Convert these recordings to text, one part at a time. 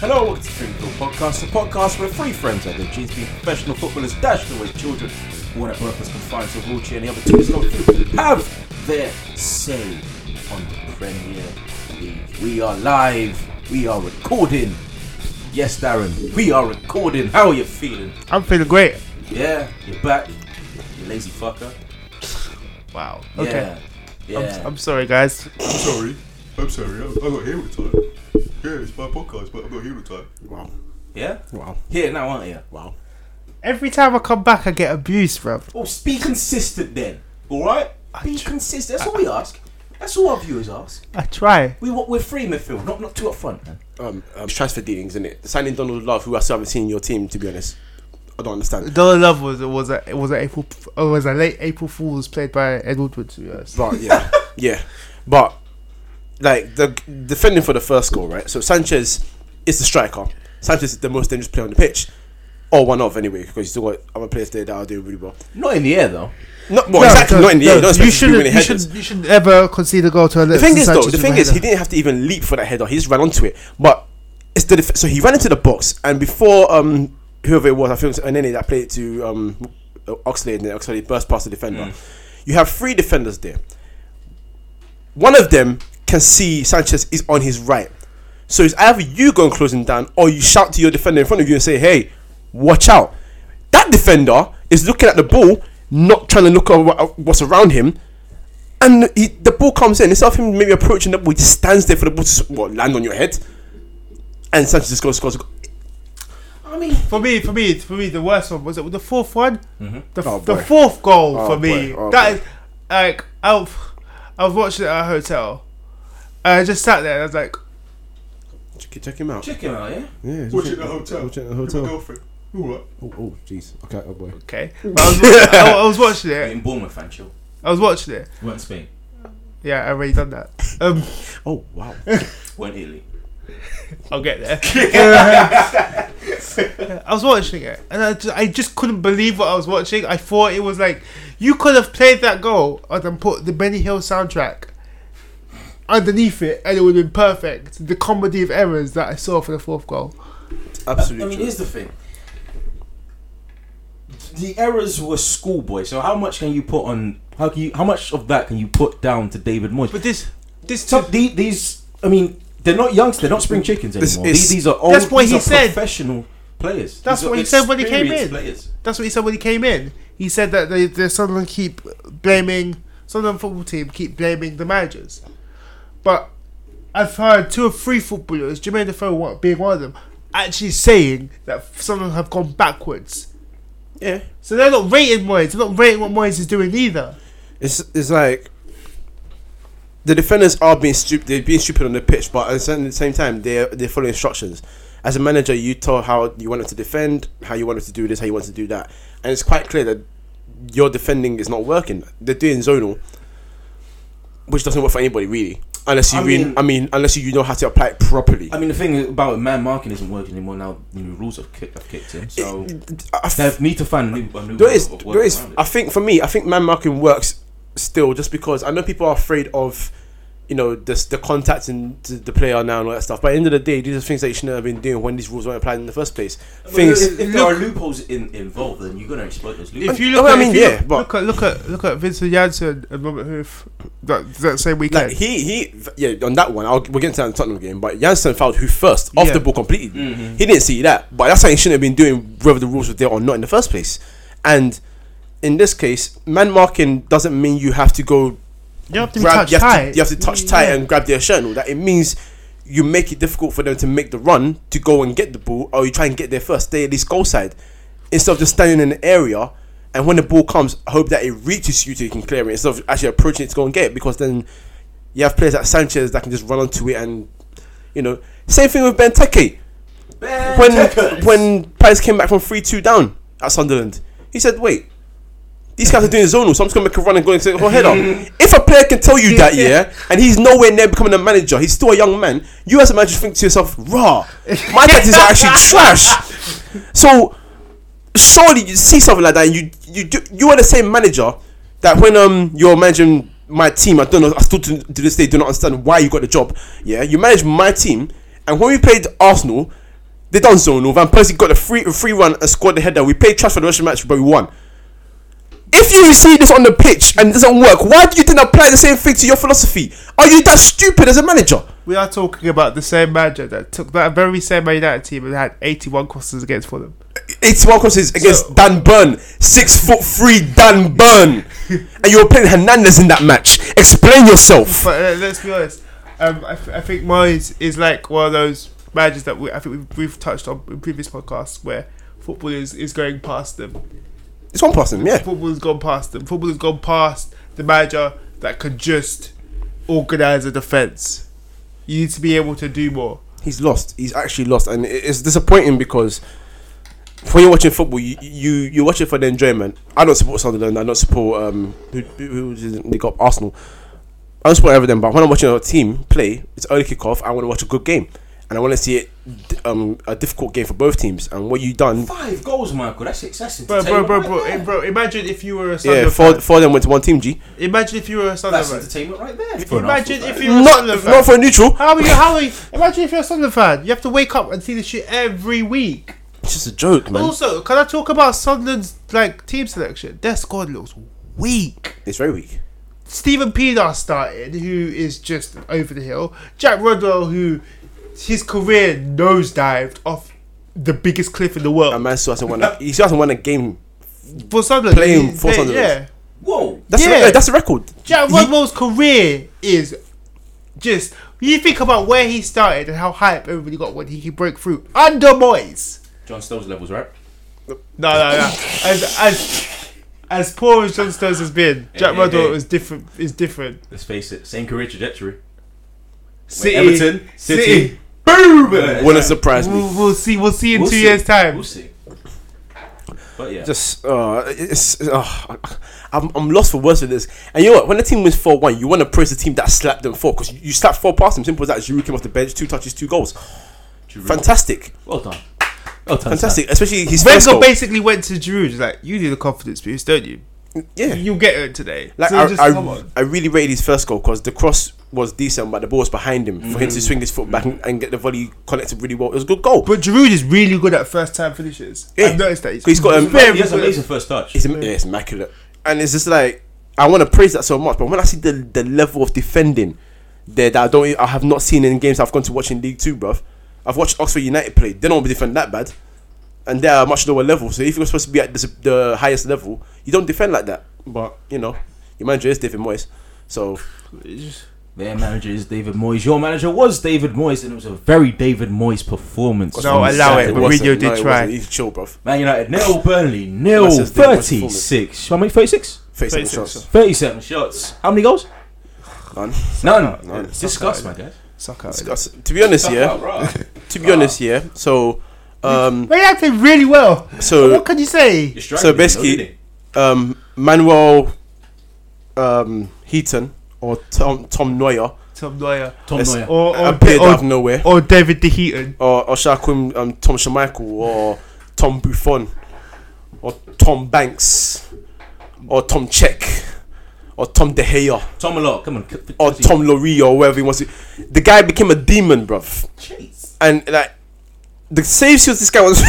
Hello, welcome to Stream Talk Podcast, a podcast where three friends have their dreams being professional footballers dashed away children, all that purpose confined to a wheelchair and the other two is not true, have their say on the Premier League. We are live, we are recording. Yes, Darren, we are recording. How are you feeling? I'm feeling great. Yeah, you're back, you lazy fucker. Wow. Okay. Yeah, I'm, yeah. I'm sorry, guys. I'm sorry. I'm sorry. I, I got here with time. Yeah, it's my podcast, but I got here with time. Wow. yeah? Wow. Here now, aren't you? Wow. Every time I come back, I get abused, bro. Well, be consistent then, alright? Be consistent, that's all we ask. That's all our viewers ask. I try. We want we're free midfield, not not two up front. Man. um, um, transfer dealings, isn't it? Signing Donald Love, who I still haven't seen in your team, to be honest. I don't understand. Dollar Love was was a it was a April it was a late April Fool's played by Ed Woodward to be honest. But yeah, yeah. But like the defending for the first goal, right? So Sanchez is the striker. Sanchez is the most dangerous player on the pitch, or one of anyway, because you still got other players there that are doing really well. Not in the air though. Not well, exactly no, not in the no, air. You don't you expect him to be shouldn't winning you headers. should you should ever concede a goal to a The thing is, though, the thing is, he didn't have to even leap for that header. He just ran onto it. But it's the def- so he ran into the box, and before um whoever it was, I think it was Anene that played to um Oxlade, and then Oxlade burst past the defender. You have three defenders there. One of them can see Sanchez is on his right, so it's either you go and close him down, or you shout to your defender in front of you and say, "Hey, watch out!" That defender is looking at the ball, not trying to look at wha- what's around him. And he, the ball comes in. Instead of him maybe approaching the ball, he just stands there for the ball to s- what, land on your head. And Sanchez just goes, scores. I mean, for me, for me, for me, the worst one was it the fourth one. Mm-hmm. The, Oh, the boy. fourth goal Oh, for me. boy. Oh, that boy. is like I, was- I was watching it at a hotel. And I just sat there. and I was like, Check, check him out. check him out, yeah. Yeah, Watch it at the hotel. Watch it at the With my hotel. girlfriend. Alright. Oh, jeez. okay, oh boy. okay. But I, was watching, I, I was watching You're it. in Bournemouth fan, chill. I was watching it. Weren't Spain, Yeah, I already done that. Um, Oh, wow. weren't Italy. I'll get there. I was watching it, and I just, I just couldn't believe what I was watching. I thought it was like you could have played that goal and then put the Benny Hill soundtrack underneath it, and it would have been perfect. The comedy of errors that I saw for the fourth goal. Absolutely. I mean, true. here's the thing. The errors were schoolboy. So how much can you put on? How can you? How much of that can you put down to David Moyes? But this, this, Some- the- these, I mean, they're not youngsters. They're not spring chickens This anymore. is- these, these are old. That's what these he are said. Professional players. That's These are what he said when he came experienced in. Players. that's what he said when he came in. He said that they, the Sunderland keep blaming Sunderland football team keep blaming the managers, but I've heard two or three footballers, Jermaine Defoe one- being one of them, actually saying that Sunderland have gone backwards. yeah. So they're not rating Moyes. They're not rating what Moyes is doing either. It's, it's like the defenders are being stupid. They're being stupid on the pitch, but at the same- the same time, they're they're following instructions. As a manager, you tell how you want them to defend, how you want them to do this, how you want to do that, and it's quite clear that your defending is not working. They're doing zonal, which doesn't work for anybody really, unless you I I mean, mean- I mean, unless you know how to apply it properly. I mean, the thing about it, man marking isn't working anymore now. The new rules have kicked, have kicked in, so I f- they need to find a new. A new There way is, of there working is. around it. I think for me, I think man marking works still, just because I know people are afraid of, you know, the the contact and the- the player now and all that stuff. But at the end of the day, these are things that you shouldn't have been doing when these rules weren't applied in the first place. But Things. If, if there are loopholes in, involved, then you're gonna exploit those loopholes. If you I look, at, mean, if you yeah, look, but- look at look at look at Vincent Janssen and Robert Hoof that that same weekend. Like he, he, yeah, on that one, I'll, we'll get into that in the Tottenham game. But Janssen fouled who first off Yeah. the ball completely. Mhm. He didn't see that, but that's something he shouldn't have been doing, whether the rules were there or not in the first place. And in this case, man marking doesn't mean you have to go you have to be grab, touch you, have tight. to, you have to touch tight and grab their shirt and all that. It means you make it difficult for them to make the run to go and get the ball, or you try and get there first, stay at least goal side. Instead of just standing in an area and when the ball comes, hope that it reaches you so you can clear it instead of actually approaching it to go and get it because then you have players like Sanchez that can just run onto it and you know. Same thing with Benteke. Ben When Tucker. when Palace came back from three two down at Sunderland, he said, Wait, these guys are doing zonal, so I'm just gonna make a run and go and take a header. if a player can tell you that, yeah, and he's nowhere near becoming a manager, he's still a young man. You as a manager think to yourself, "Raw, my tactics are actually trash." So surely you see something like that, and you you do, you are the same manager that when um you're managing my team, I don't know, I still to, to this day do not understand why you got the job. Yeah, you manage my team, and when we played Arsenal, They done zonal. Van Persie got a free a free run and scored the header. We played trash for the rest of the match, but we won. If you see this on the pitch and it doesn't work, why do you then apply the same thing to your philosophy? Are you that stupid as a manager? We are talking about the same manager that took that very same Man United team and had 81 crosses against Fulham. 81 crosses against Dan Burn, six foot three Dan Burn, and you were playing Hernandez in that match. Explain yourself. But uh, let's be honest. Um, I, th- I think Moyes is like one of those managers that we, I think we've, we've touched on in previous podcasts where football is, is going past them. It's one past him, yeah. Football has gone past them. Football has gone past the manager that could just organise a defence. You need to be able to do more. He's lost. He's actually lost, and it- it's disappointing because when you're watching football, you you you watch it for the enjoyment. I don't support Sunderland. I don't support um who, who who was it? they got Arsenal. I don't support everything, but when I'm watching a team play, it's early kickoff. I want to watch a good game, and I want to see it d- um a difficult game for both teams. And what you done? Five goals, Michael. That's excessive. Bro, bro, bro, bro, eh, bro, Imagine if you were a Sunderland. Yeah, four four of them went to one team. G. Imagine if you were a That's Sunderland. entertainment right there. Fair enough. Imagine if you- You're a Not Sunderland fan. not for a neutral. How are you? How are you? Imagine if you're a Sunderland fan. You have to wake up and see this shit every week. It's just a joke, man. Also, can I talk about Sunderland's like team selection? Their squad looks weak. It's very weak. Stephen Pienaar started, who is just over the hill. Jack Rodwell, who his career nosedived off the biggest cliff in the world A man still hasn't won. A, he still hasn't won a game. for Sunderland. Playing He- for they- Sunderland. yeah. Whoa. That's Yeah. a, that's a record. Jack He- Rodwell's career is just. You think about where he started and how hype everybody got when he broke through under Moyes. John Stones levels, right? No, no, no. As as as poor as John Stones has been, Yeah, Jack yeah, Rodwell yeah. is different. Is different. Let's face it, same career trajectory. City, Everton, City. Boom! We'll, Wouldn't surprise me. We'll, we'll see. We'll see in two see. years' time. We'll see. But yeah. Just uh, it's uh, I'm, I'm lost for words with this. And you know what? When the team wins four one, you want to praise the team that slapped them four because you slapped four past them. Simple as that. Giroud came off the bench, two touches, two goals. Drew Brees. Fantastic, Well done. Well done. fantastic. Especially his first Wenger goal. basically went to Giroud. he's like, "You need a confidence boost, don't you? Yeah, You'll get it today." like So I, just come I, on. I really rated his first goal because the cross was decent, but the ball was behind him for him to swing his foot back and, and get the volley connected really well. It was a good goal. But Giroud is really good at first-time finishes. Yeah. I've noticed that he's, He's got, um, He has an good. amazing first touch. It's, im- yeah, it's immaculate. And it's just like I want to praise that so much, but when I see the the level of defending there that I don't e- I have not seen in games I've gone to watch in League Two, bruv. I've watched Oxford United play. They don't defend that bad, and they are much lower level. So if you're supposed to be at this, the highest level, you don't defend like that. But you know, your manager is David Moyes, so Their manager is David Moyes. Your manager was David Moyes, and it was a very David Moyes performance. No, on allow it. Saturday. Mourinho wasn't. did it try. wasn't. He's chill, bruv. Man United nil, Burnley nil, That's his thing, what's his performance? 36. How many? 36? Face him 36. shots. 37 shots. How many goals? None. None. None. Disgust, my guy. Suck out. Discuss- To be honest, yeah. To be honest, yeah. So, um, But he acted really well. so what can you say? So basically- um, Manuel um, Heaton or Tom Tom Neuer Tom Neuer Tom Let's- Neuer. or or, appeared out of or, nowhere, or David De Heaton. or or shall I call him um, Tom Schmeichel or Tom Buffon or Tom Banks or Tom Check or Tom De Gea Tom a lot. Come on. c- c- or continue. Oh, Tom Lorie or wherever he wants to. The guy became a demon, bruv. Jeez. and like the saves he was this guy was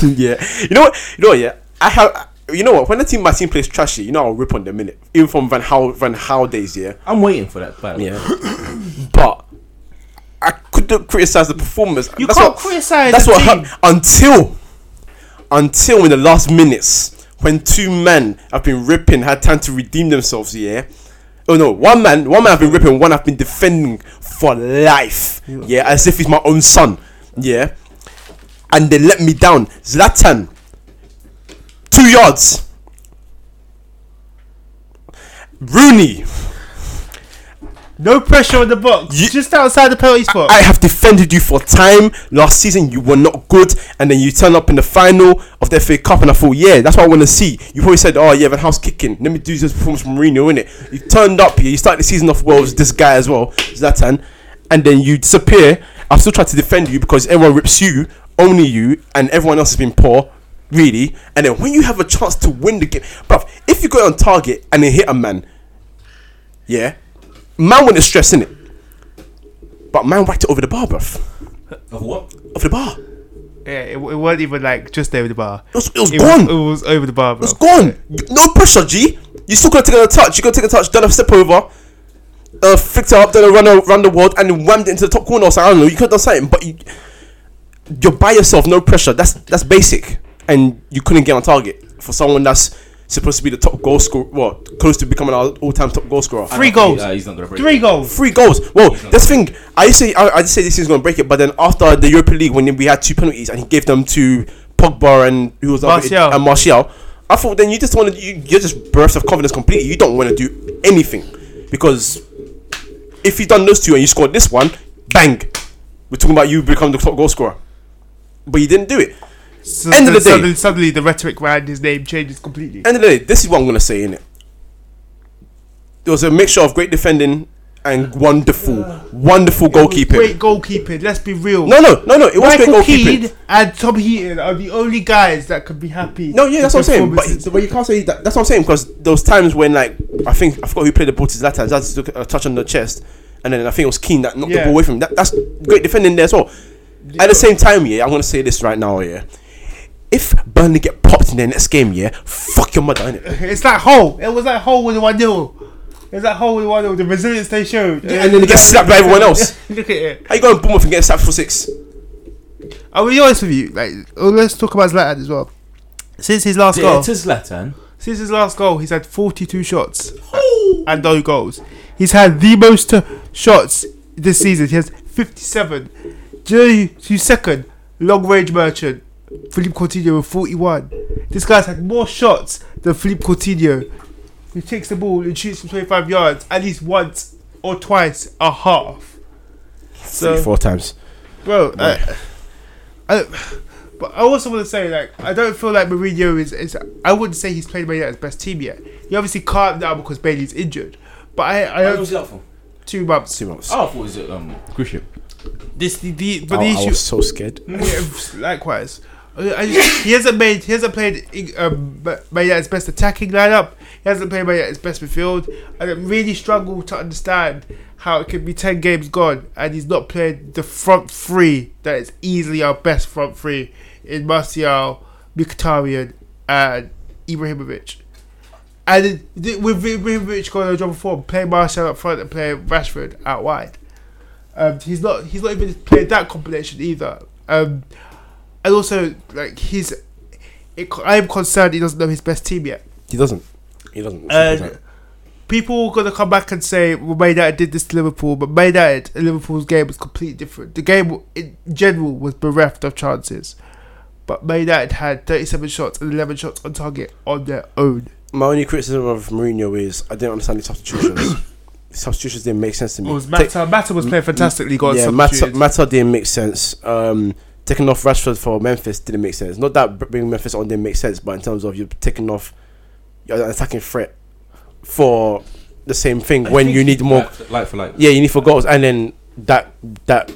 making, yeah. You know what? You know what? Yeah, I have. You know what? When the team my team plays trashy, you know I'll rip on them minute, even from Van How Van How days, yeah, I'm waiting for that. By the way. but I couldn't criticize the performance. You can't criticize That's the what team. hap- until until in the last minutes when two men have been ripping had time to redeem themselves. Yeah. Oh no, one man, one man have been ripping, one have been defending for life. Yeah, as if he's my own son. Yeah. And they let me down. Zlatan, two yards. Rooney, No pressure on the box. You- just outside the penalty spot. I have defended you for time. Last season, you were not good, and then you turn up in the final of the FA Cup, and I thought, yeah, that's what I want to see. You probably said, oh yeah, Van House kicking. Let me do this performance from Mourinho, innit? You turned up here. You started the season off well with this guy as well, Zlatan, and then you disappear. I've still tried to defend you because everyone rips you, only you, and everyone else has been poor. Really, and then when you have a chance to win the game, bruv, if you go on target and then hit a man, yeah, man wouldn't stress in it, but man whacked it over the bar, bruv Of what? of the bar. Yeah, it, it wasn't even like just over the bar. It was, it was It was, gone. it was over the bar, bro. It's gone. No pressure, G. You still gotta take a touch. You gotta take a touch. Done a step over. Uh, flicked it up, done a run around the world, and then whammed it into the top corner. or something. I don't know. You could have done something, but you, you're by yourself. No pressure. That's that's basic, and you couldn't get on target for someone that's supposed to be the top goal scorer. Well, close to becoming our all-time top goal scorer. Three goals. Uh, he's not gonna break Three it. goals. Three goals. Well, this thing I used to say I, I just say this is gonna break it, but then after the Europa League when we had two penalties and he gave them to Pogba and who was the other- Martial. and Martial, I thought then you just want to you, you're just burst of confidence completely. You don't want to do anything because if you've done those two and you scored this one, bang, we're talking about you become the top goal scorer. But you didn't do it. So, End of the day. Suddenly, suddenly the rhetoric around his name changes completely. End of the day, this is what I'm gonna say in it. There was a mixture of great defending and wonderful, wonderful goalkeeping. Great goalkeeping. Let's be real. No, no, no, no. It was great Michael goalkeeping. Keane and Tom Heaton are the only guys that could be happy. No, yeah, that's what with I'm saying. But, performances. but you can't say that. That's what I'm saying because those times when like I think I forgot who played the ball to Zlatan. Zlatan took a touch on the chest, and then I think it was Keane that knocked Yeah. the ball away from him. That, that's great defending there as well. At the same time, yeah, I'm gonna say this right now, yeah. If Burnley get popped in their next game, yeah, fuck your mother, innit? it's that hole. It was that hole with one 0 It's that hole with one 0 The resilience they showed. and then they get slapped by everyone else. Look at it. How you going Bournemouth and getting sacked for six? I'll be honest with you. Like, oh, let's talk about Zlatan as well. Since his last Yeah, goal, it is Latin. since his last goal, he's had 42 shots and no goals. He's had the most uh, shots this season. He has 57. Joe, who's second, long range merchant, Philippe Coutinho with 41. This guy's had more shots than Philippe Coutinho. He takes the ball and shoots from 25 yards at least once or twice a half. So, Three, four times. bro. I, I, but I also want to say, like, I don't feel like Mourinho is. is I wouldn't say he's played Man United's best team yet. He obviously can't now because Bailey's injured. But I, I What hope was that for? two months. Two months. Oh, I thought it was um, Grisham. This the, the Oh, I, but the I issue. was so scared. Yeah, likewise, I I just, he hasn't made. He hasn't played um, Ma- Man United's best attacking lineup. He hasn't played Man United's best midfield, and I really struggle to understand how it could be ten games gone and he's not played the front three that is easily our best front three in Martial, Mkhitaryan, and Ibrahimovic. And it- th- with Ibrahimovic going on a drop of form, play Martial up front and play Rashford out wide. Um, he's not he's not even played that combination either. Um, and also like he's, it, I'm concerned he doesn't know his best team yet. He doesn't. He doesn't. And people are gonna come back and say, "Well, Man United did this to Liverpool," but Man United and Liverpool's game was completely different. The game in general was bereft of chances, but Man United had 37 shots and 11 shots on target on their own. My only criticism of Mourinho is I didn't understand the substitutions. substitutions didn't make sense to me. It was Take- Oh, Mata. Mata was playing fantastically. Got yeah, Mata, substituted. Mata didn't make sense. Um, taking off Rashford for Memphis didn't make sense. Not that bringing Memphis on didn't make sense, but in terms of you taking off your attacking threat for the same thing when you need more. Like for like. Yeah, you need for goals, and then that that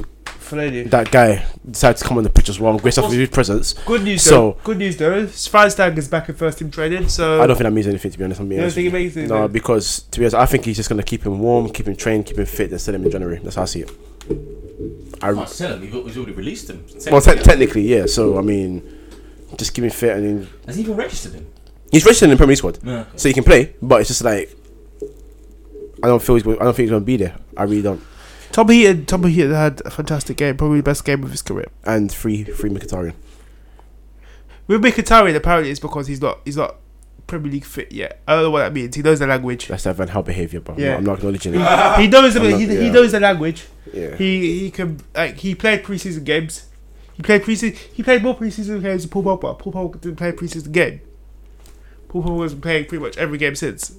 that guy decided to come on the pitch as well. Grace of his presence. Good news. So- though. good news though. Schweinsteiger is back in first team training, so I don't think that means anything to be honest. I'm You being don't honest with think it you. makes anything? No, because to be honest, I think he's just gonna keep him warm, keep him trained, keep him fit, and sell him in January. That's how I see it. I, I sell him. He was already released him. well, te- technically, yeah. So I mean, just keep him fit, and then Has he even registered him? he's registered in the Premier League squad, No. so he can play. But it's just like I don't feel he's. Going, I don't think he's gonna be there. I really don't. Tom Heaton, Tom Heaton had a fantastic game, probably the best game of his career. And free, free Mkhitaryan. With Mkhitaryan, apparently it's because he's not he's not Premier League fit yet. I don't know what that means. He knows the language. That's that Van Hal behavior, bro. Yeah. Yeah. I'm not acknowledging it. he knows the I'm not- he, he yeah. knows the language. Yeah. He he can like he played preseason games. He played preseason. He played more preseason games than Paul Pogba. Paul Pogba didn't play preseason game. Paul Pogba was playing pretty much every game since.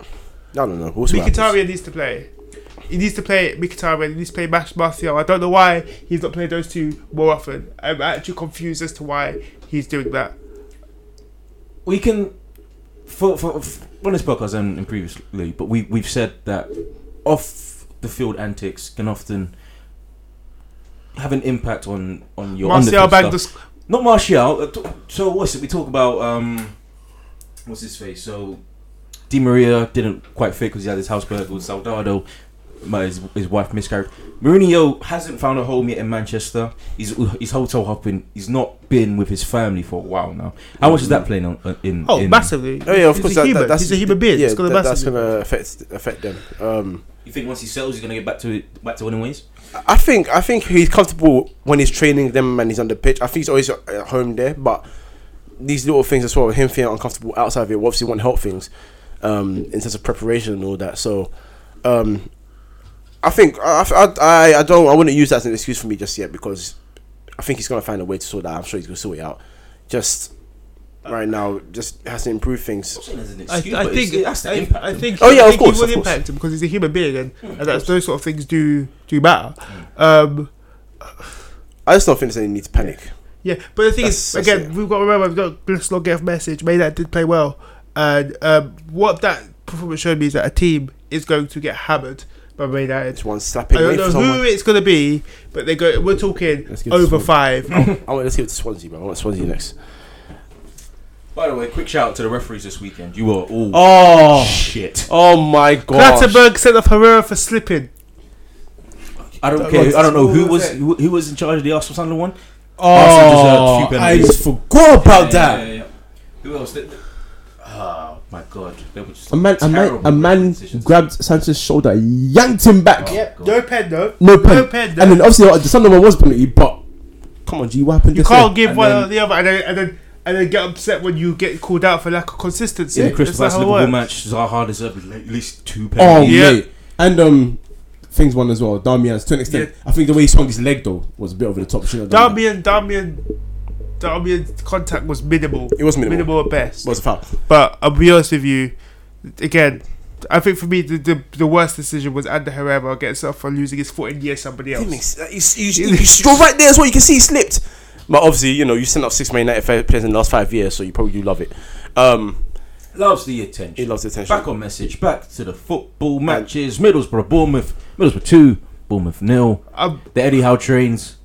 I don't know. We'll see what happens. Mkhitaryan needs to play. He needs to play Mkhitaryan. He needs to play Max Martial. I don't know why he's not playing those two more often. I'm actually confused as to why he's doing that. we can for, for, for on this podcast and, and previously, but we we've said that off the field antics can often have an impact on on your on the Martial field bagged the stuff. not Martial. uh, t- So what's it? We talk about um, what's his face? So Di Maria didn't quite fit because he had his house burgled. Saldado my, his, his wife miscarried. Mourinho hasn't found a home yet in Manchester. He's he's hotel hopping. He's not been with his family for a while now. How much is that playing on uh, in? Oh, in, massively. Oh yeah, of He's course. A that, human. that- that's He's a human being. Yeah, it's gonna that- that's massively. going to affect affect them. Um, You think once he sells, he's gonna get back to it, back to winning ways? I think I think he's comfortable when he's training them and he's on the pitch. I think he's always at home there, but these little things as well, him feeling uncomfortable outside of it, will obviously won't help things um, in terms of preparation and all that. So, um, I think I, I, I, I don't I wouldn't use that as an excuse for me just yet because I think he's gonna find a way to sort that. I'm sure he's gonna sort it out. Just right now, just has to improve things. I'm not saying there's an I, excuse, I but think it's- it has to I, impact I him. think Oh, he- yeah, I of think course, he will of course. impact him because he's a human being and, and that's those sort of things do do matter. Um, I just don't think there's any need to panic. Yeah, but the thing is, That's- that's again, it. we've got to remember, we've got, let's not get a message. Maynard did play well. And um, what that performance showed me is that a team is going to get hammered by Man United. It's one I slapping don't away know for who someone. it's going to be, but they go. We're talking Let's give it to over someone. five. I want Oh, let's give it to Swansea, bro. I want Swansea next. By the way, quick shout out to the referees this weekend. You were all Oh. shit. Oh my god. Clatterberg sent off Herrera for slipping. I don't That care. was- I don't know who what was was who, who was in charge of the Arsenal Sunderland one. Oh, Arsenal deserved a few I penalties. just forgot Oh, about that. Yeah, yeah, yeah. Who else? Did, oh my god, they were just A man, a man, terrible a man decisions. grabbed Sanchez's shoulder, yanked him back. Oh, God. No pen though. No pen. No pen. And then obviously the Sunderland was penalty, but come on, G, what happened? you just can't give and one then- or the other, and then, and then and then get upset when you get called out for lack of consistency. In the That's Crystal Palace not how it Liverpool works. match, Zaha deserved at least two there? Oh penalties. Yeah. mate, and um, things won as well. Damian's to an extent. I think the way he swung his leg though was a bit over the top. shouldn't have done that. Darmian, Darmian, Darmian's contact was minimal. It was minimal. Minimal at best. It was a foul. But I'll be honest with you, again, I think for me the, the, the worst decision was Ander Herrera against off for losing his foot and yeah somebody Didn't else. make sense. You, you, you, you stroll right there as well. You can see he slipped. But obviously, you know, you sent out six Man United fa- players in the last five years, so you probably do love it. Um, Loves the he attention. loves the attention. Back on message. Back to the football matches. Middlesbrough, Bournemouth. Middlesbrough two, Bournemouth nil. Um, The Eddie Howe trains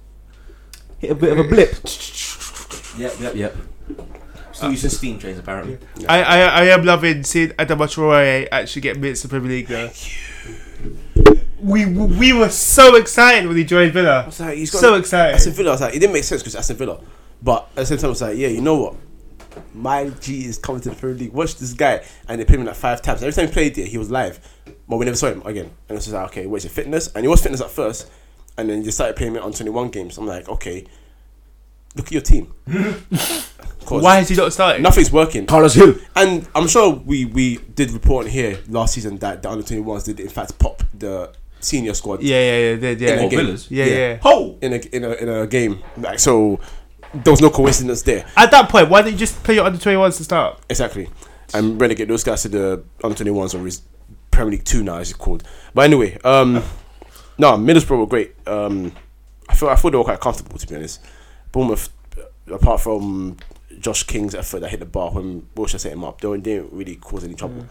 hit a bit of a blip. Uh, yep, yep, yep. Still using steam trains apparently. I, I I am loving seeing Adama Traore actually get minutes in Premier League. Though. We we were so excited when he joined Villa. It's like, he's got- So excited. Aston Villa, I was like, it didn't make sense because Aston Villa. But at the same time, I was like, yeah, you know what? My G is coming to the Premier League. Watch this guy. And they played him like five times. Every time he played there, he was live. But we never saw him again. And it's just like, okay, what is it, fitness? And he was fitness at first. And then you started playing him on 21 games. I'm like, okay, look at your team. Of course, Why is he not starting? Nothing's working. Carlos Hill. And I'm sure we, we did report on here last season that the under 21s did, in fact, pop the senior squad Yeah, yeah, yeah, yeah, yeah. in a Or game. Villas. yeah, yeah. yeah. Ho! in a in a in a game. Like so, there was no coincidence there. At that point, why don't you just play your under twenty ones to start? Exactly. I'm ready to get those guys to the under twenty ones or res- Premier League two now as it's called. But anyway, um, no, Middlesbrough were great. Um, I feel I thought they were quite comfortable to be honest. Bournemouth, apart from Josh King's effort that hit the bar when Wilshere set him up, they weren't- they didn't really cause any trouble.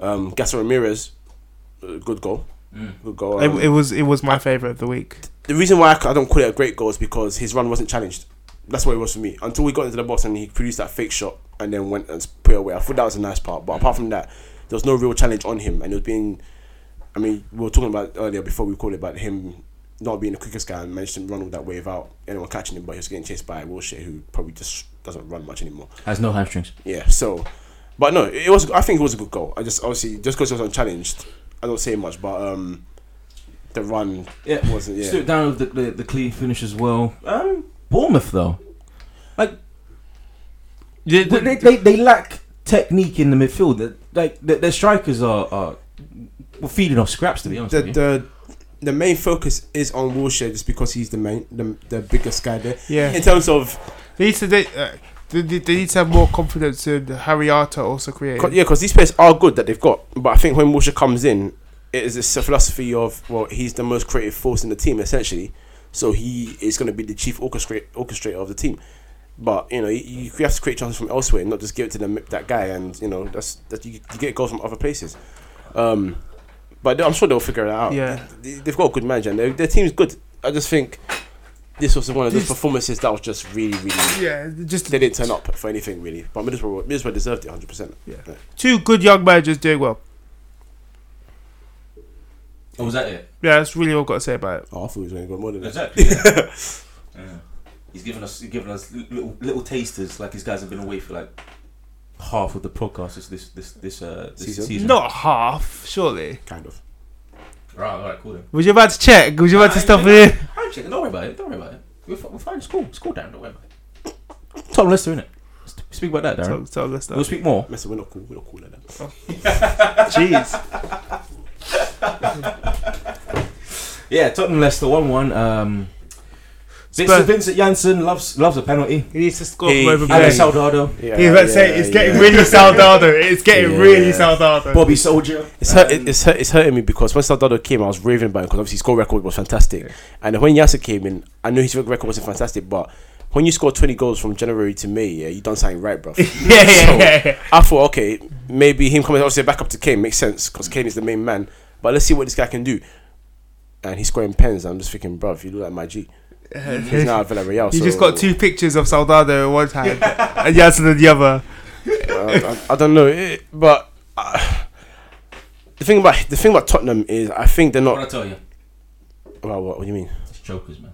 Um, Gaston Ramirez, uh, good goal, good goal. Um, it, it was it was my favorite of the week. the reason why I c- I don't call it a great goal is because his run wasn't challenged. That's what it was for me. Until we got into the box and he produced that fake shot and then went and s- put it away. I thought that was a nice part. But apart from that, there was no real challenge on him. And it was being, I mean, we were talking about earlier before we called it about him not being the quickest guy and managed to run all that way without anyone catching him. But he was getting chased by Wilshere, who probably just doesn't run much anymore. Has no hamstrings. Yeah, so, but no, it was. I think it was a good goal. I just obviously just because it was unchallenged, I don't say much. But um, the run Yeah. wasn't. Yeah, Stood down with the, the, the clean finish as well. Um, Bournemouth though, Yeah, they, they, they, they lack technique in the midfield. They- Like their, their strikers are, are well, feeding off scraps to be honest. the with you. the the main focus is on Wilshere just because he's the main the, the biggest guy there. yeah. In terms of They need to they, uh, they, they they need to have more confidence in Harry Arter also co- creating. yeah, because these players are good that they've got, but I think when Wilshere comes in, it is this philosophy of well, he's the most creative force in the team essentially, so he is going to be the chief orchestrate orchestrator of the team. But you know you, you have to create chances from elsewhere, not just give it to them, that guy, and you know that's that you, you get goals from other places. Um, but I'm sure they'll figure it out. Yeah. They- they've got a good manager, and their, their team's good. I just think this was one of those This- performances that was just really, really. Yeah, just They didn't turn up for anything really, but Middlesbrough, Middlesbrough deserved it 100. percent two good young managers doing well. Oh, was that it? Yeah, that's really all I've got to say about it. Oh, I thought he was going to go more than that. Exactly. Yeah. Yeah. He's giving us he's giving us li- little little tasters. Like these guys have been away for like half of the podcast this this this this, uh, this Season? season. Not half, surely. Kind of. Right, all right, cool then. Was you about to check? Was you about to stuff it in? I'm checking. Don't worry about it. Don't worry about it. We're, fi- we're fine. It's cool. It's cool, Darren. Don't worry about it. Tom Lester, innit? Let's Speak about that, Darren. Talk, talk this We'll stuff. speak more. Listen, we're not cool. We're not cool like that. Jeez. Yeah, Tottenham Leicester one one. Um, Spurs. Vincent, Vincent Janssen loves loves a penalty. He needs to score Hey, from over Yeah. Alex He's Saldado, Yeah, about to say, it's getting really Saldado. It's getting Yeah. really Saldado. Bobby Soldier. It's, hurt, it's, hurt, it's hurting me because when Saldado came, I was raving about him because obviously his goal record was fantastic. And when Yasser came in, I know his record wasn't fantastic, but when you score 20 goals from January to May, yeah, you done something right, bro. yeah, yeah, yeah, yeah. I thought, okay, maybe him coming obviously back up to Kane makes sense because Kane is the main man. But let's see what this guy can do. And he's scoring pens. I'm just thinking, bruv, you look like my G. He's now at Villarreal. You so just got two pictures of Saldado in one hand and Jansen in the other. I, I, I don't know, eh, but uh, the thing about the thing about Tottenham is I think they're What I not. tell you, Well, what, what do you mean, it's chokers, man.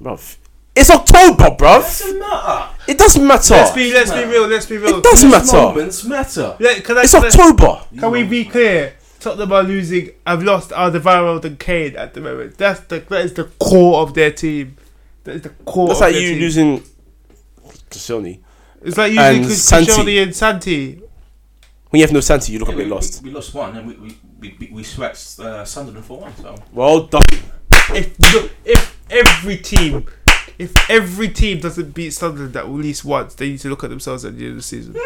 bruv? It's October, bruv. Doesn't matter. It doesn't matter. Let's be let's be real. Let's be real. it doesn't These matter. moments matter. Let- can I, It's can I- October. Can we be clear? Tottenham are losing. I've lost Alderweireld and Kane at the moment. That's the that is the core of their team. That is the core. That's of like their you team. losing. Cassoni. It's like and using Santi. Kashani and Santi. When you have no Santi, you look a Yeah, bit we- lost. We, we lost one, and we we we, we, we swept uh, Sunderland for one. So Well done. If no, if every team, if every team doesn't beat Sunderland at least once, they need to look at themselves at the end of the season.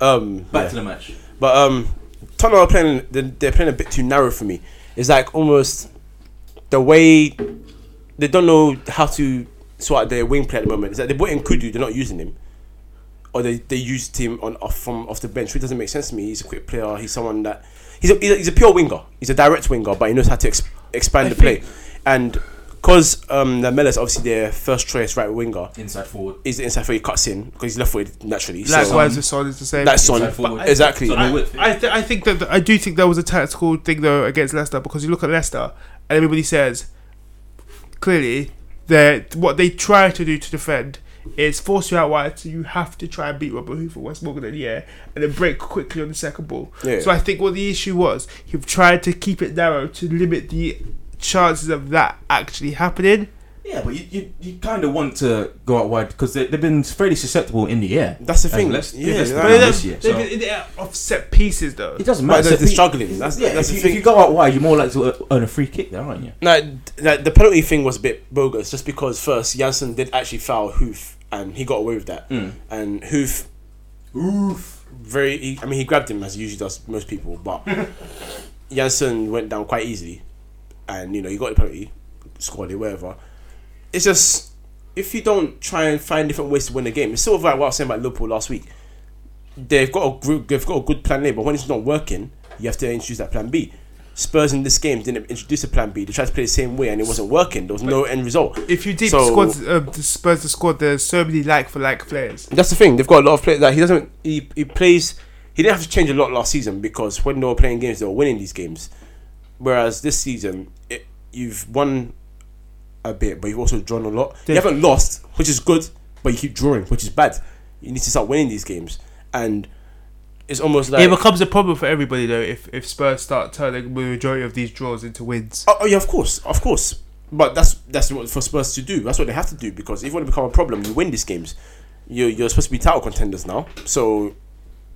Um, back yeah. to the match. But um, Tottenham are playing. They're, they're playing a bit too narrow for me. It's like almost the way they don't know how to sort out their wing play at the moment. It's like they brought in Kudu, they're not using him, or they they used him on off from off the bench, which doesn't make sense to me. He's a quick player. He's someone that he's a, he's a, he's a pure winger. He's a direct winger, but he knows how to ex- expand the play. And because um, Lamella's obviously their first choice right winger, Inside forward. is the inside foot he cuts in because he's left footed naturally. so um, Likewise, with Son is the same. that's on Inside forward. exactly. Son I, and width. I, th- I think that I do think there was a tactical thing though against Leicester because you look at Leicester and everybody says clearly that what they try to do to defend is force you out wide, so you have to try and beat Robert Hoover West Morgan in the air and then break quickly on the second ball. Yeah. So I think what the issue was, he tried to keep it narrow to limit the chances of that actually happening. Yeah, but you, you, you kind of want to go out wide because they, they've been fairly susceptible in the air. That's the As thing. Leic- Yeah, Leic- that- Leic- But then- this year, they've so- been in the air off set pieces though. It doesn't But matter. they're, if they're you- struggling. That's, Yeah, that's if, the you, thing. if you go out wide, you're more likely to earn a free kick there, aren't you? No, th- like, the penalty thing was a bit bogus just because first Janssen did actually foul Hoof and he got away with that. Hmm. And Hoof, Hoof, very. He, I mean, he grabbed him as he usually does most people, but Janssen went down quite easily, and you know he got the penalty, scored it, whatever. It's just if you don't try and find different ways to win the game, it's sort of like what I was saying about Liverpool last week. They've got a group, they've got a good plan A, but when it's not working, you have to introduce that plan B. Spurs in this game didn't introduce a plan B. They tried to play the same way, and it wasn't working. There was no end result. If you deep So- squad uh, the Spurs the squad, there's so many like for like players. That's the thing. They've got a lot of players. Like he doesn't. He, he plays. He didn't have to change a lot last season because when they were playing games, they were winning these games. Whereas this season, it, you've won a bit, but you've also drawn a lot. You Yeah. haven't lost, which is good, but you keep drawing, which is bad. You need to start winning these games, and it's almost like it becomes a problem for everybody though if, if Spurs start turning the majority of these draws into wins. Oh, oh, yeah, of course, of course. But that's that's what for Spurs to do. That's what they have to do because if you want to become a problem, you win these games. You're you're supposed to be title contenders now, so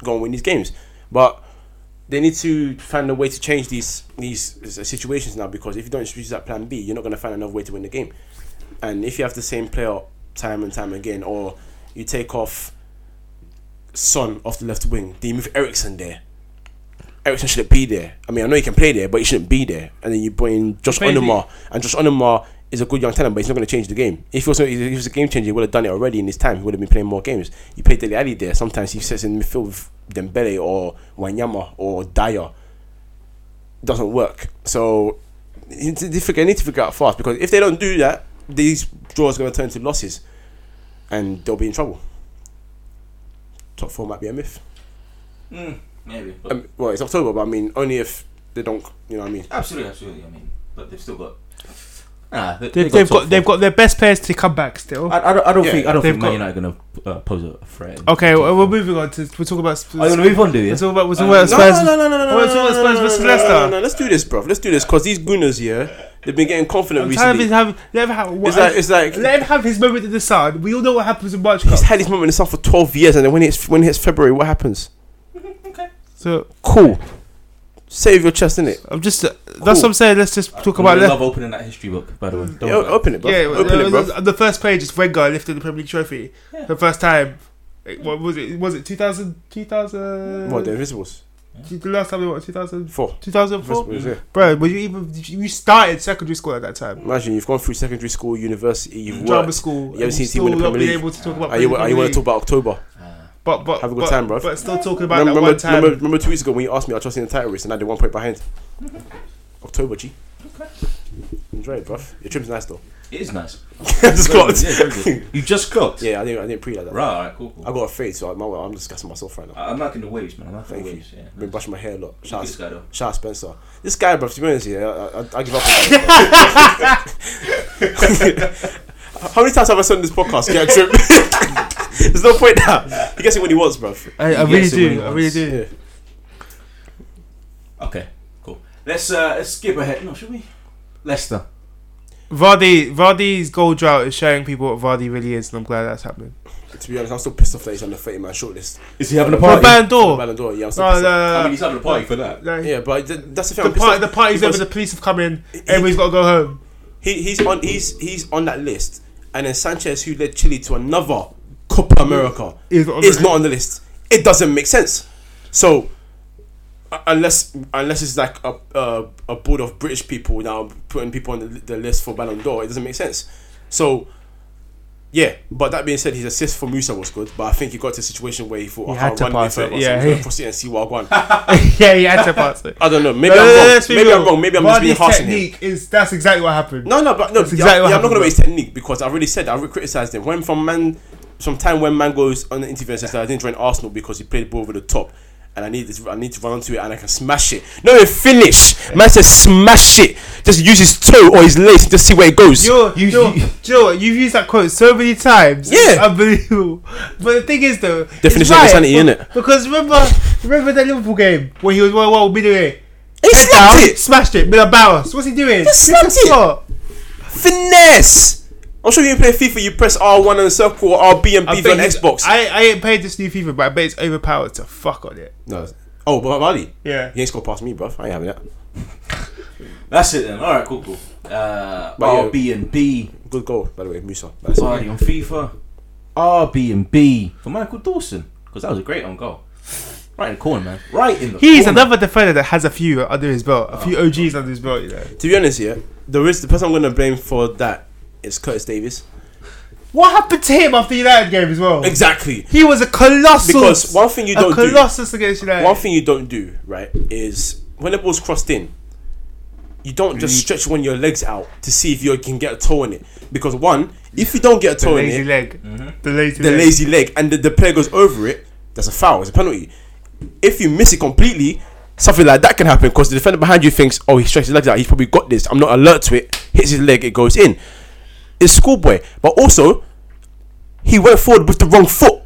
go and win these games. But they need to find a way to change these these uh, situations now because if you don't introduce that plan B, you're not going to find another way to win the game. And if you have the same player time and time again, or you take off Son off the left wing, then you move Ericsson there. Ericsson shouldn't be there. I mean, I know he can play there, but he shouldn't be there. And then you bring in Josh Crazy. Onumar, and Josh Onumar is a good young talent, but he's not going to change the game. If he was, if he was a game changer, he would have done it already in his time. He would have been playing more games. You play Dele Alli there. Sometimes he sits in midfield with Dembele or Wanyama or Dyer. Doesn't work. So they figure- they need to figure out fast because if they don't do that, these draws are going to turn into losses, and they'll be in trouble. Top four might be a myth. Mm, maybe. Um, Um, well, it's October, but I mean, only if they don't. You know what I mean? Absolutely, absolutely. I mean, but they've still got. Nah, they, They, they've, they've top got they've four. got their best players to come back still. I, I don't, I don't Yeah, think I don't they've think Man got- Oh, United are gonna uh, pose a threat. Okay, well, we're moving on to we're talking about. Sp- Are you gonna move on, do you? We're talking about we're talking about Spurs. No, no, no, no, no, no, We're no, talking about no, Spurs no, versus no, no, no, Leicester. no, no, Let's do this, bro. Let's do this because these gooners here, they've been getting confident I'm tired of recently. his having. Let him have. It's like it's like let him have his moment in the sun. We all know what happens in March Cup. he's had his moment in the sun for twelve years, and then when it's when it hits February, what happens? So Cool. Save your chest, innit? I'm just. uh, That's what I'm saying. Let's just talk I about. really Le- Uh, love opening that history book. By the way, Don't Yeah, worry. open it, bro. yeah, open uh, it, bro. the first page is Wenger lifted the Premier League trophy the first time. It- What was it? Was it 2000? 2000 What the Invisibles? The last time we won 2000. Four. 2004? Invisibles, yeah. Bro, were you even did you you started secondary school at that time? Imagine you've gone through secondary school, university, you've Drama worked. school. You haven't and seen a team still win the not Premier being League. able to talk about Are you, Premier are you want League. to talk about October? Uh, But but Have a good but, time, bruv. But still talking about that Remember, one remember, time. remember, remember two weeks ago when you asked me, I trust in the title race, and I did one point behind. October, G. Enjoy it, bruv. Your trim's nice though. It is nice. just Very good, got- yeah, very good. You just clocked. Yeah, I didn't, I didn't pre like that. Right. All right. Cool. cool. I got afraid, so I'm, I'm discussing myself right now. I- I'm liking the waves, man. I'm liking Thank the you. waves. Yeah. I've been brushing my hair a lot. Shout This out, guy though. shout out Spencer. This guy, bruv, to be honest, yeah, I, I, I give up on him. How many times have I said on this podcast? Get a trip. There's no point now. He gets it when he wants, bruv. I, I Yes, really it really do. I really was. do. Yeah. Okay. Cool. Let's uh let's skip ahead. No, should we? Leicester. Vardy Vardy's goal drought is showing people what Vardy really is, and I'm glad that's happening. To be honest, I'm still pissed off that he's on the 30 man shortlist. Is he having a But Ballon Oh. d'Or. Ballon d'Or, yeah, I'm still No, no, pissed off. I mean, no, he's having a party for that. no, no. Yeah, but th- that's the thing. The, I'm pissed part, off. the party's He over, was- the police have come in, everybody's got to go home. He, he's on he's he's on that list, and then Sanchez, who led Chile to another Copa America, Is not on is the- not on the list. It doesn't make sense. So u- unless unless it's like a a, a board of British people now putting people on the, the list for Ballon d'Or, it doesn't make sense. So. Yeah, but that being said, his assist for Musa was good, but I think he got to a situation where he thought, "Oh, He I had can't to run pass it, with it, yeah. yeah. I'm going to proceed and see what I want. yeah, he had to pass it. I don't know, maybe No, I'm no, no, wrong, let's be maybe I'm real. wrong, maybe I'm just being Vardy's harsh on him. technique is that's exactly what happened. No, no, but no. That's exactly yeah, what yeah, I'm not happened, gonna waste technique because I already said I already criticized him. When from man, from time when man goes on the interview and says that I didn't join Arsenal because he played ball over the top, and I need this, I need to run onto it and I can smash it. No, he finish. Man says smash it. Just use his toe or his lace and just see where it goes. You're, You- you, are you you- do you know what? You've used that quote so many times. It's Yeah. unbelievable. But the thing is, though, it's Definition of insanity, be- innit? Because remember, remember that Liverpool game when he was one one midway, he head slapped down, it. smashed it, made a bounce. What's he doing? Just slapped it. What? Finesse. I'm sure you play FIFA. You press R1 and circle or RB and I B bet on he's- Xbox. I, I ain't paid this new FIFA, but I bet it's overpowered to fuck on it. no. Oh, but Bali. Yeah. He ain't scored past me, bruv. I ain't having that. That's it then. All right. Cool. Cool. Uh, But R B and B. Good goal, by the way, Musa. That's it. Party on FIFA. R B and B for Michael Dawson because that was a great on goal. Right in the corner, man. Right in the. He's corner. another defender that has a few under his belt, a Oh, few OGs under his belt. You know. To be honest, yeah, the risk, the person I'm gonna blame for that is Curtis Davis. What happened to him after United game as well? Exactly. He was a colossus. Because one thing you Oh. a don't do, colossus against United. one thing you don't do, right, is when the ball's crossed in, you don't just stretch one of your legs out to see if you can get a toe in it. Because one, if you don't get a the toe in lazy it, leg. The lazy the leg. lazy leg, and the, the player goes over it, that's a foul. It's a penalty. If you miss it completely, something like that can happen because the defender behind you thinks, "Oh, he stretched his legs out. He's probably got this. I'm not alert to it." Hits his leg, it goes in. It's schoolboy, but also he went forward with the wrong foot.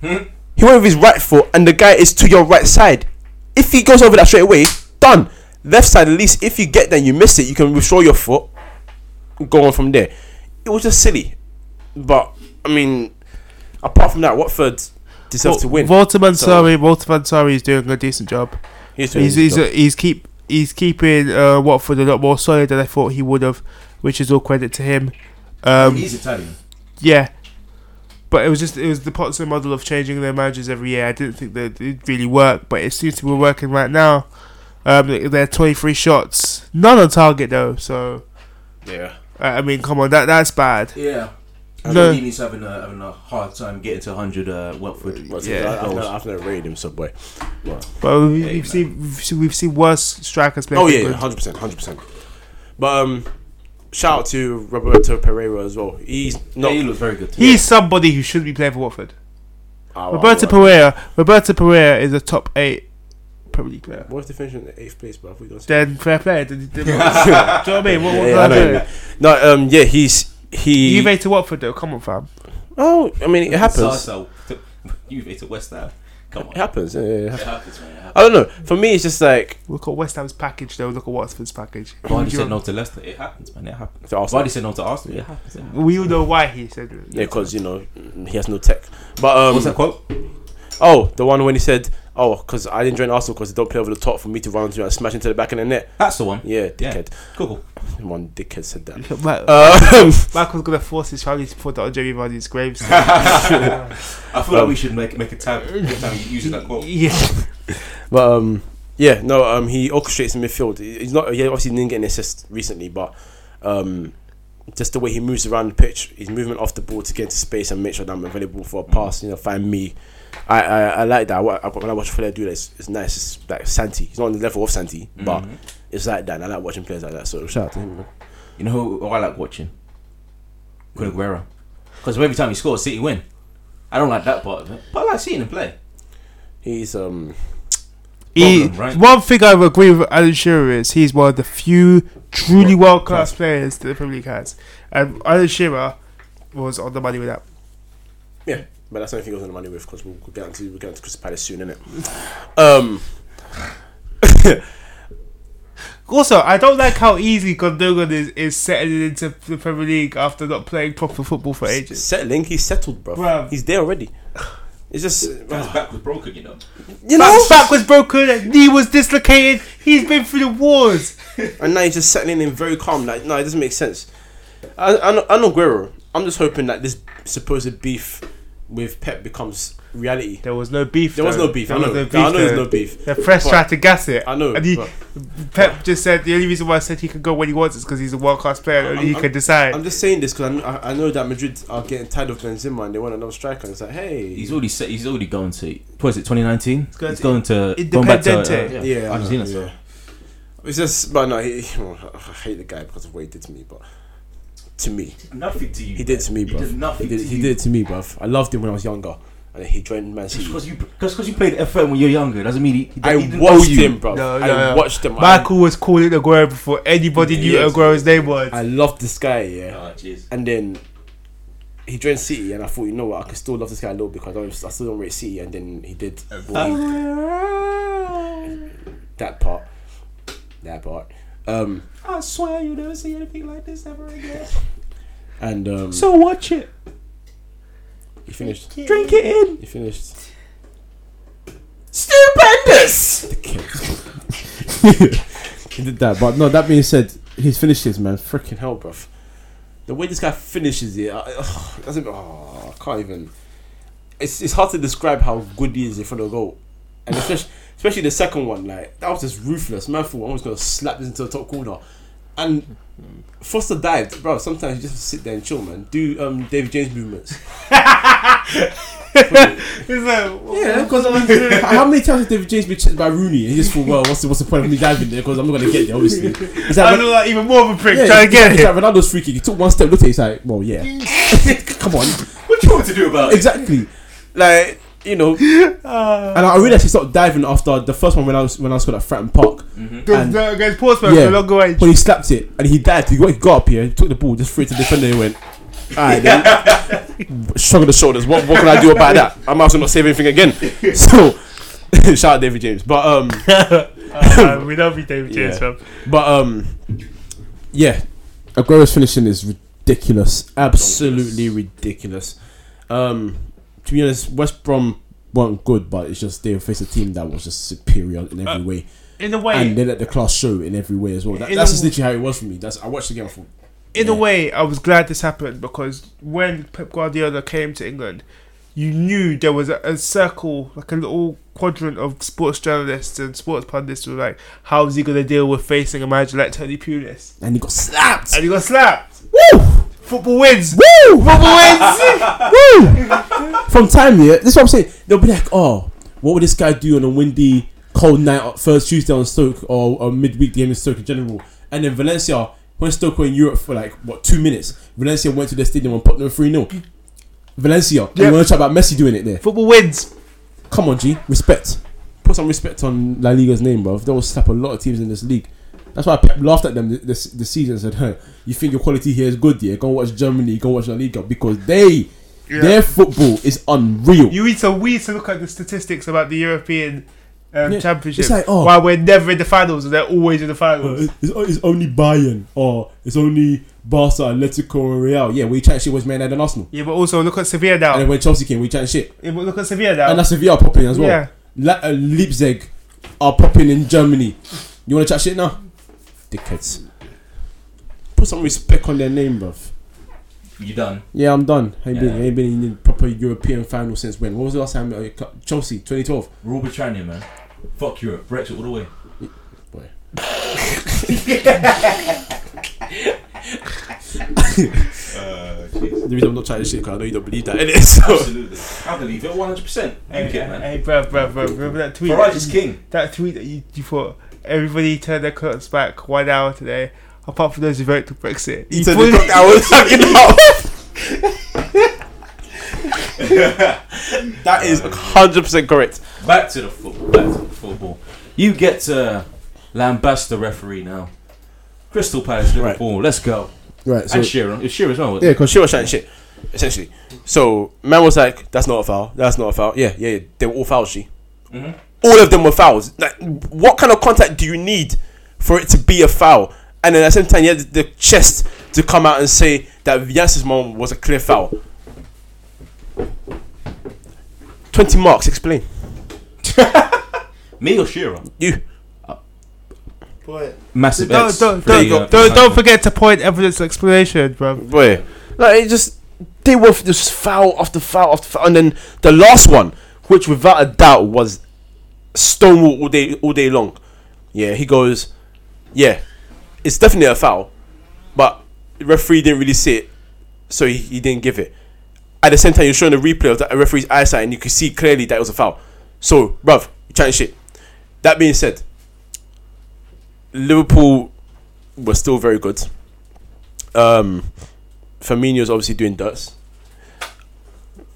He went with his right foot, and the guy is to your right side. If he goes over that straight away, done. Left side, at least if you get there, and you miss it, you can withdraw your foot, go on from there. It was just silly, but I mean, apart from that, Watford deserve to win. Walter Mansari- Mansari, Walter Mansari is doing a decent job. He's doing He's his he's, job. he's keep he's keeping uh, Watford a lot more solid than I thought he would have, which is all credit to him. Um, He's Italian. yeah, but it was just it was the Potsdam model of changing their managers every year. I didn't think that it really worked, but it seems to be working right now. Um, they're twenty three shots, none on target though. So yeah. I I mean, come on, that that's bad. Yeah. No. No. He's having a, having a hard time getting to 100 uh, Watford. Yeah. I, I've, goals. never, I've never rated him Subway. But you we, know. we've, seen, we've seen we've seen worse strikers play. Oh for yeah, good. hundred percent, hundred percent. But um, shout out to Roberto Pereira as well. He's Yeah, not. he looks very good. he's somebody who should be playing for Watford. Oh, Roberto oh, Pereira. Roberto Pereira is a top eight Premier League player. What if they finish in the eighth place, bro? If we don't. Then fair play. Then, then, do you know what I mean? What, what can I do? No, um, yeah, he's he. Juve to Watford though. Come on, fam. oh, I mean, it happens. Sarso to Juve to West Ham. Come on. It happens. yeah, yeah, it happens. It happens, man. It happens. I don't know. For me, it's just like Look at West Ham's package though. Look at Watford's package. Vardy Would you- said no to Leicester. It happens, man. It happens. to Arsenal. Vardy said no to Arsenal. It happens. It happens. We all know why he said it. Yeah, because you know he has no tech. But um, What's that quote? Oh, the one when he said, "Oh, because I didn't join Arsenal because they don't play over the top for me to run into and smash into the back of the net." That's the one. Yeah, Yeah. dickhead. Cool. One dickhead said that. Ma- Um, Michael's gonna force his family to put that on Jamie Vardy's grave. I feel um, like we should make make a tab every time you use that quote. yeah. but um, yeah, no, um, he orchestrates in midfield. He- He's not. He obviously didn't get an assist recently, but um, just the way he moves around the pitch, his movement off the ball to get into space and make sure that I'm available for a pass. You know, find me. I, I, I like that. Wha- When I watch Flair do that, it's, it's nice. It's like Santi. He's not on the level of Santi, but Mm-hmm. it's like that. And I like watching players like that. So shout out to him. man. You know who I like watching? Kun Aguero. Because every time he scores, City win. I don't like that part of it, but I like seeing him play. He's um. He, Problem, right? One thing I would agree with Alan Shearer is he's one of the few truly world class players that the Premier League has. And Alan Shearer was on the money with that. Yeah, but that's the only thing I was on the money with because we'll, we'll get into we'll get into Crystal Palace soon, innit? Um, Also, I don't like how easy Gundogan is, is settling into the Premier League after not playing proper football for ages. settling, he's settled, bro. Bruv. He's there already. It's just His back was broken, you know. you know, His back was broken, knee was dislocated. He's been through the wars. and now he's just settling in very calm. Like, no, it doesn't make sense. I, I, know, I know Guerrero. I'm just hoping that this supposed beef with Pep becomes reality. There was no beef. There was though. no beef. There I was know. no I know there's though. no beef. The press But- tried to gas it. I know, And he, but- Pep just said the only reason why I said he could go when he wants is because he's a world class player and I'm- only he I'm- can decide. I'm just saying this because I, I know that Madrid are getting tired of Benzema and they want another striker. And it's like, hey, He's already set. He's already going to. What is it? 2019. He's going going, to- to. Independente. going back to, uh, yeah. Yeah, I know, Argentina, so. yeah. It's just, but no, he, I hate the guy because of what he did to me. But to me, Nothing to you. he did to me, He bruv. did nothing He did, to he you. did it to me, bruv. I loved him when I was younger, and then he joined Man Just City. because you, just because you played FM when you're younger doesn't mean he. he I he didn't owe watched you. him, bruv. No, I no, no. watched him. I- Michael was calling Aguero before anybody knew Yes. Aguero's name was. I, loved this guy, yeah. Oh, jeez. And then he joined City, and I thought, you know what, I can still love this guy a little because I, don't, I still don't rate City. And then he did that part, that part, um, I swear you'll never see anything like this ever again. and um, So watch it. he finished. Drink it in. He finished. Stupendous. he did that, but no. That being said, he's finished his man. Freaking Fucking hell, bruv. The way this guy finishes it, I, ugh, that's a bit, oh, I can't even. It's, it's hard to describe how good he is in front of goal, and especially especially the second one. Like that was just ruthless. Man, thought I'm just gonna slap this into the top corner, and Foster dived, bro. Sometimes you just sit there and chill, man. Do um David James movements. He's like, Yeah, because how many times has David James been checked by Rooney? And he just thought, well, what's the, what's the point of me diving there? Because I'm not going to get there, obviously. It's I like, look like even more of a prick yeah, trying to get it's him. like Ronaldo's free kick. He took one step, looked at it, he's like, well, yeah. Come on. What you want to do about it? Exactly. Like you know, Uh, And I realized he stopped diving after the first one when I was when I scored at Fratton Park. The- the- Against Portsmouth, Yeah. the longer range. When he slapped it and he dived, he got, he got up here, he took the ball, just threw it to the defender and went, alright then. shrug of the shoulders. What what can I do about that? I'm also not saving anything again. So shout out David James, but um. Uh, we love you, David James, Yeah. fam. But um, yeah, Aguero's finishing is ridiculous. Absolutely ridiculous. Um, to be honest, West Brom weren't good, but it's just they faced a team that was just superior in every way. In a way, and they let the class show in every way as well. That, Uh, In that's a- just literally how it was for me. That's I watched the game. I thought, in a way, I was glad this happened because when Pep Guardiola came to England, you knew there was a, a circle, like a little quadrant of sports journalists and sports pundits who were like, how's he going to deal with facing a manager like Tony Pulis? and he got slapped. And he got slapped. Woo! Football wins. Woo! Football wins. Woo! From time here, this is what I'm saying. They'll be like, oh, what would this guy do on a windy, cold night, on first Tuesday on Stoke or a midweek game in Stoke in general? And then Valencia, when Stoke were in Europe for like what two minutes, Valencia went to their stadium and put them three 0 Valencia, Yeah. you want to talk about Messi doing it there? Football wins. Come on, G, respect. put some respect on La Liga's name, bro. They will slap a lot of teams in this league. That's why Pep laughed at them this, this season and said, "Huh, you think your quality here is good? Yeah, go watch Germany, go watch La Liga because they, their football is unreal." You need to we need to look at the statistics about the European um, Yeah, Championship. it's like, oh. Why we're never in the finals and they're always in the finals. it's, it's only Bayern or it's only Barca, Atletico, Real. Yeah, we chat shit was Man United and Arsenal, Yeah, but also look at Sevilla now. and then when Chelsea came, we chat shit, Yeah, but look at Sevilla and now. that's Sevilla popping as well. Yeah. La- uh, Leipzig are popping in Germany. You want to chat shit now? Dickheads. Put some respect on their name, bruv. You done? Yeah, I'm done. I ain't, been, Yeah. I ain't been in the proper European final since when? What was the last time? uh, cu- Chelsea, 2012. We're all Britannia, man. Fuck Europe. Brexit all the way. Uh, jeez. The reason I'm not chatting shit because I know you don't believe that, innit? So. Absolutely. I believe it 100%. Hey, UK, man. hey, bruv, bruv, bruv, remember that tweet? Farage is king. That tweet that you, you thought everybody turned their clocks back one hour today, apart from those who voted for Brexit. You Ethan, fully- the clock hours fucking up. That is hundred percent correct. Back to the football. Back to the football. You get to lambast the referee now. Crystal Palace, Liverpool. Let's go. Right, so. and Shearer. It's Shearer as well. Yeah, because She was shouting shit, essentially. So man was like, "That's not a foul. That's not a foul." Yeah, yeah, yeah. they were all fouls. She, Mhm. all of them were fouls. Like, what kind of contact do you need for it to be a foul? And then at the same time, you had the chest to come out and say that Viance's mom was a clear foul. Twenty marks. Explain Me or Shearer? you. Massive Don't, X. don't, There don't, you go. don't, don't forget to point evidence and explanation, bruv. Boy, like it just they were f- just foul after foul after foul, and then the last one, which without a doubt was Stonewall all day all day long. Yeah, he goes, yeah, it's definitely a foul, but the referee didn't really see it, so he, he didn't give it. At the same time, you're showing the replay of the referee's eyesight, and you can see clearly that it was a foul. So, bruv, you're chatting shit. That being said, Liverpool were still very good. Um, Firmino's obviously doing dirts.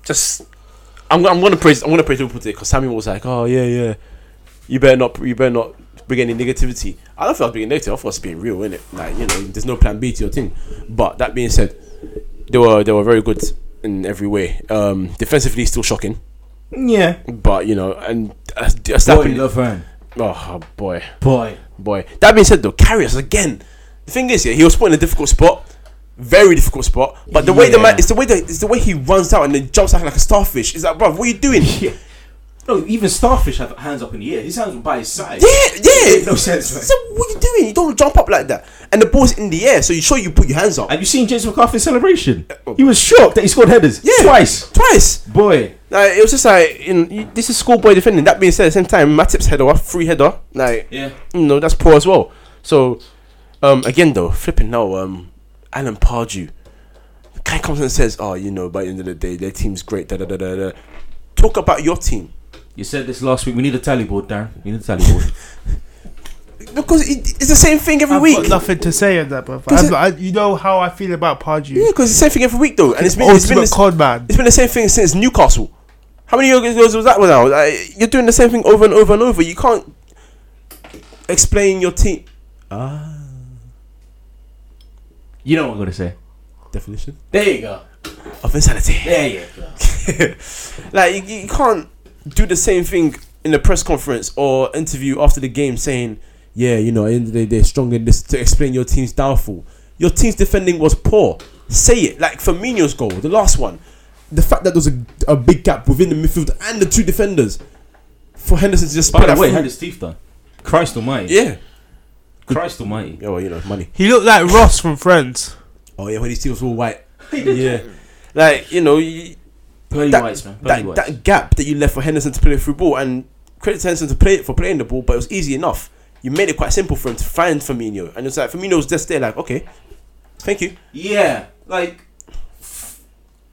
Just, I'm, I'm gonna praise I'm gonna praise Liverpool today because Samuel was like, oh yeah yeah, you better not you better not bring any negativity. I don't feel like being negative. I thought it's being real, innit? Like you know, there's no plan B to your thing. But that being said, they were they were very good in every way. Um, defensively, still shocking, Yeah. but you know, and uh, that's Boy, happening. love her. Oh boy. Boy. Boy, that being said, though, Carrius again. The thing is, yeah, he was put in a difficult spot, very difficult spot. But the way the Yeah. man, it's the way the, it's the way he runs out and then jumps out like a starfish. It's like, bro, what are you doing? yeah, No, even starfish have hands up in the air. His hands were by his side. yeah. Made no sense, man. So what are you doing? You don't jump up like that. And the ball's in the air, so you sure you put your hands up Have you seen James McCarthy's celebration? He was shocked that he scored headers Yeah. twice. twice. Boy, Like, it was just like, you know, you- this is schoolboy defending. That being said, at the same time, Matip's header, free header, like yeah, you know, that's poor as well. So, um, again though, flipping now, um, Alan Pardew, the guy comes and says, "Oh, you know, by the end of the day, their team's great." Da da da da da. Talk about your team you said this last week. We need a tally board, Darren. We need a tally board. because it, it's the same thing every I've week. got Yeah, nothing to say on that, bruv. Does I'm it- like, you know how I feel about Pardew. because it's the same thing every week though, and it's been it's been Ultimate the, con man. it's been the same thing since Newcastle. How many years ago was that one now? Like, you're doing the same thing over and over and over. You can't explain your team. you know what I'm gonna say. Definition? There you go. Of insanity. There you go. like you, you can't do the same thing in a press conference or interview after the game saying Yeah, you know, at the end of the day, they're strong in this to explain your team's downfall. your team's defending was poor. Say it like Firmino's goal, the last one. The fact that there was a, a big gap within the midfield and the two defenders for Henderson to just By put the that way, through- had his teeth done. Christ Almighty. Yeah. Christ Almighty. Yeah, well, you know, money. He looked like Ross from Friends. Oh yeah, when his team was all white. yeah, Like you know you, Pearly That- whites, man. Pearly that whites. that gap that you left for Henderson to play through ball and credit to Henderson to play for playing the ball, but it was easy enough. You made it quite simple for him to find Firmino, and it's like Firmino was just there, like okay, thank you. yeah, like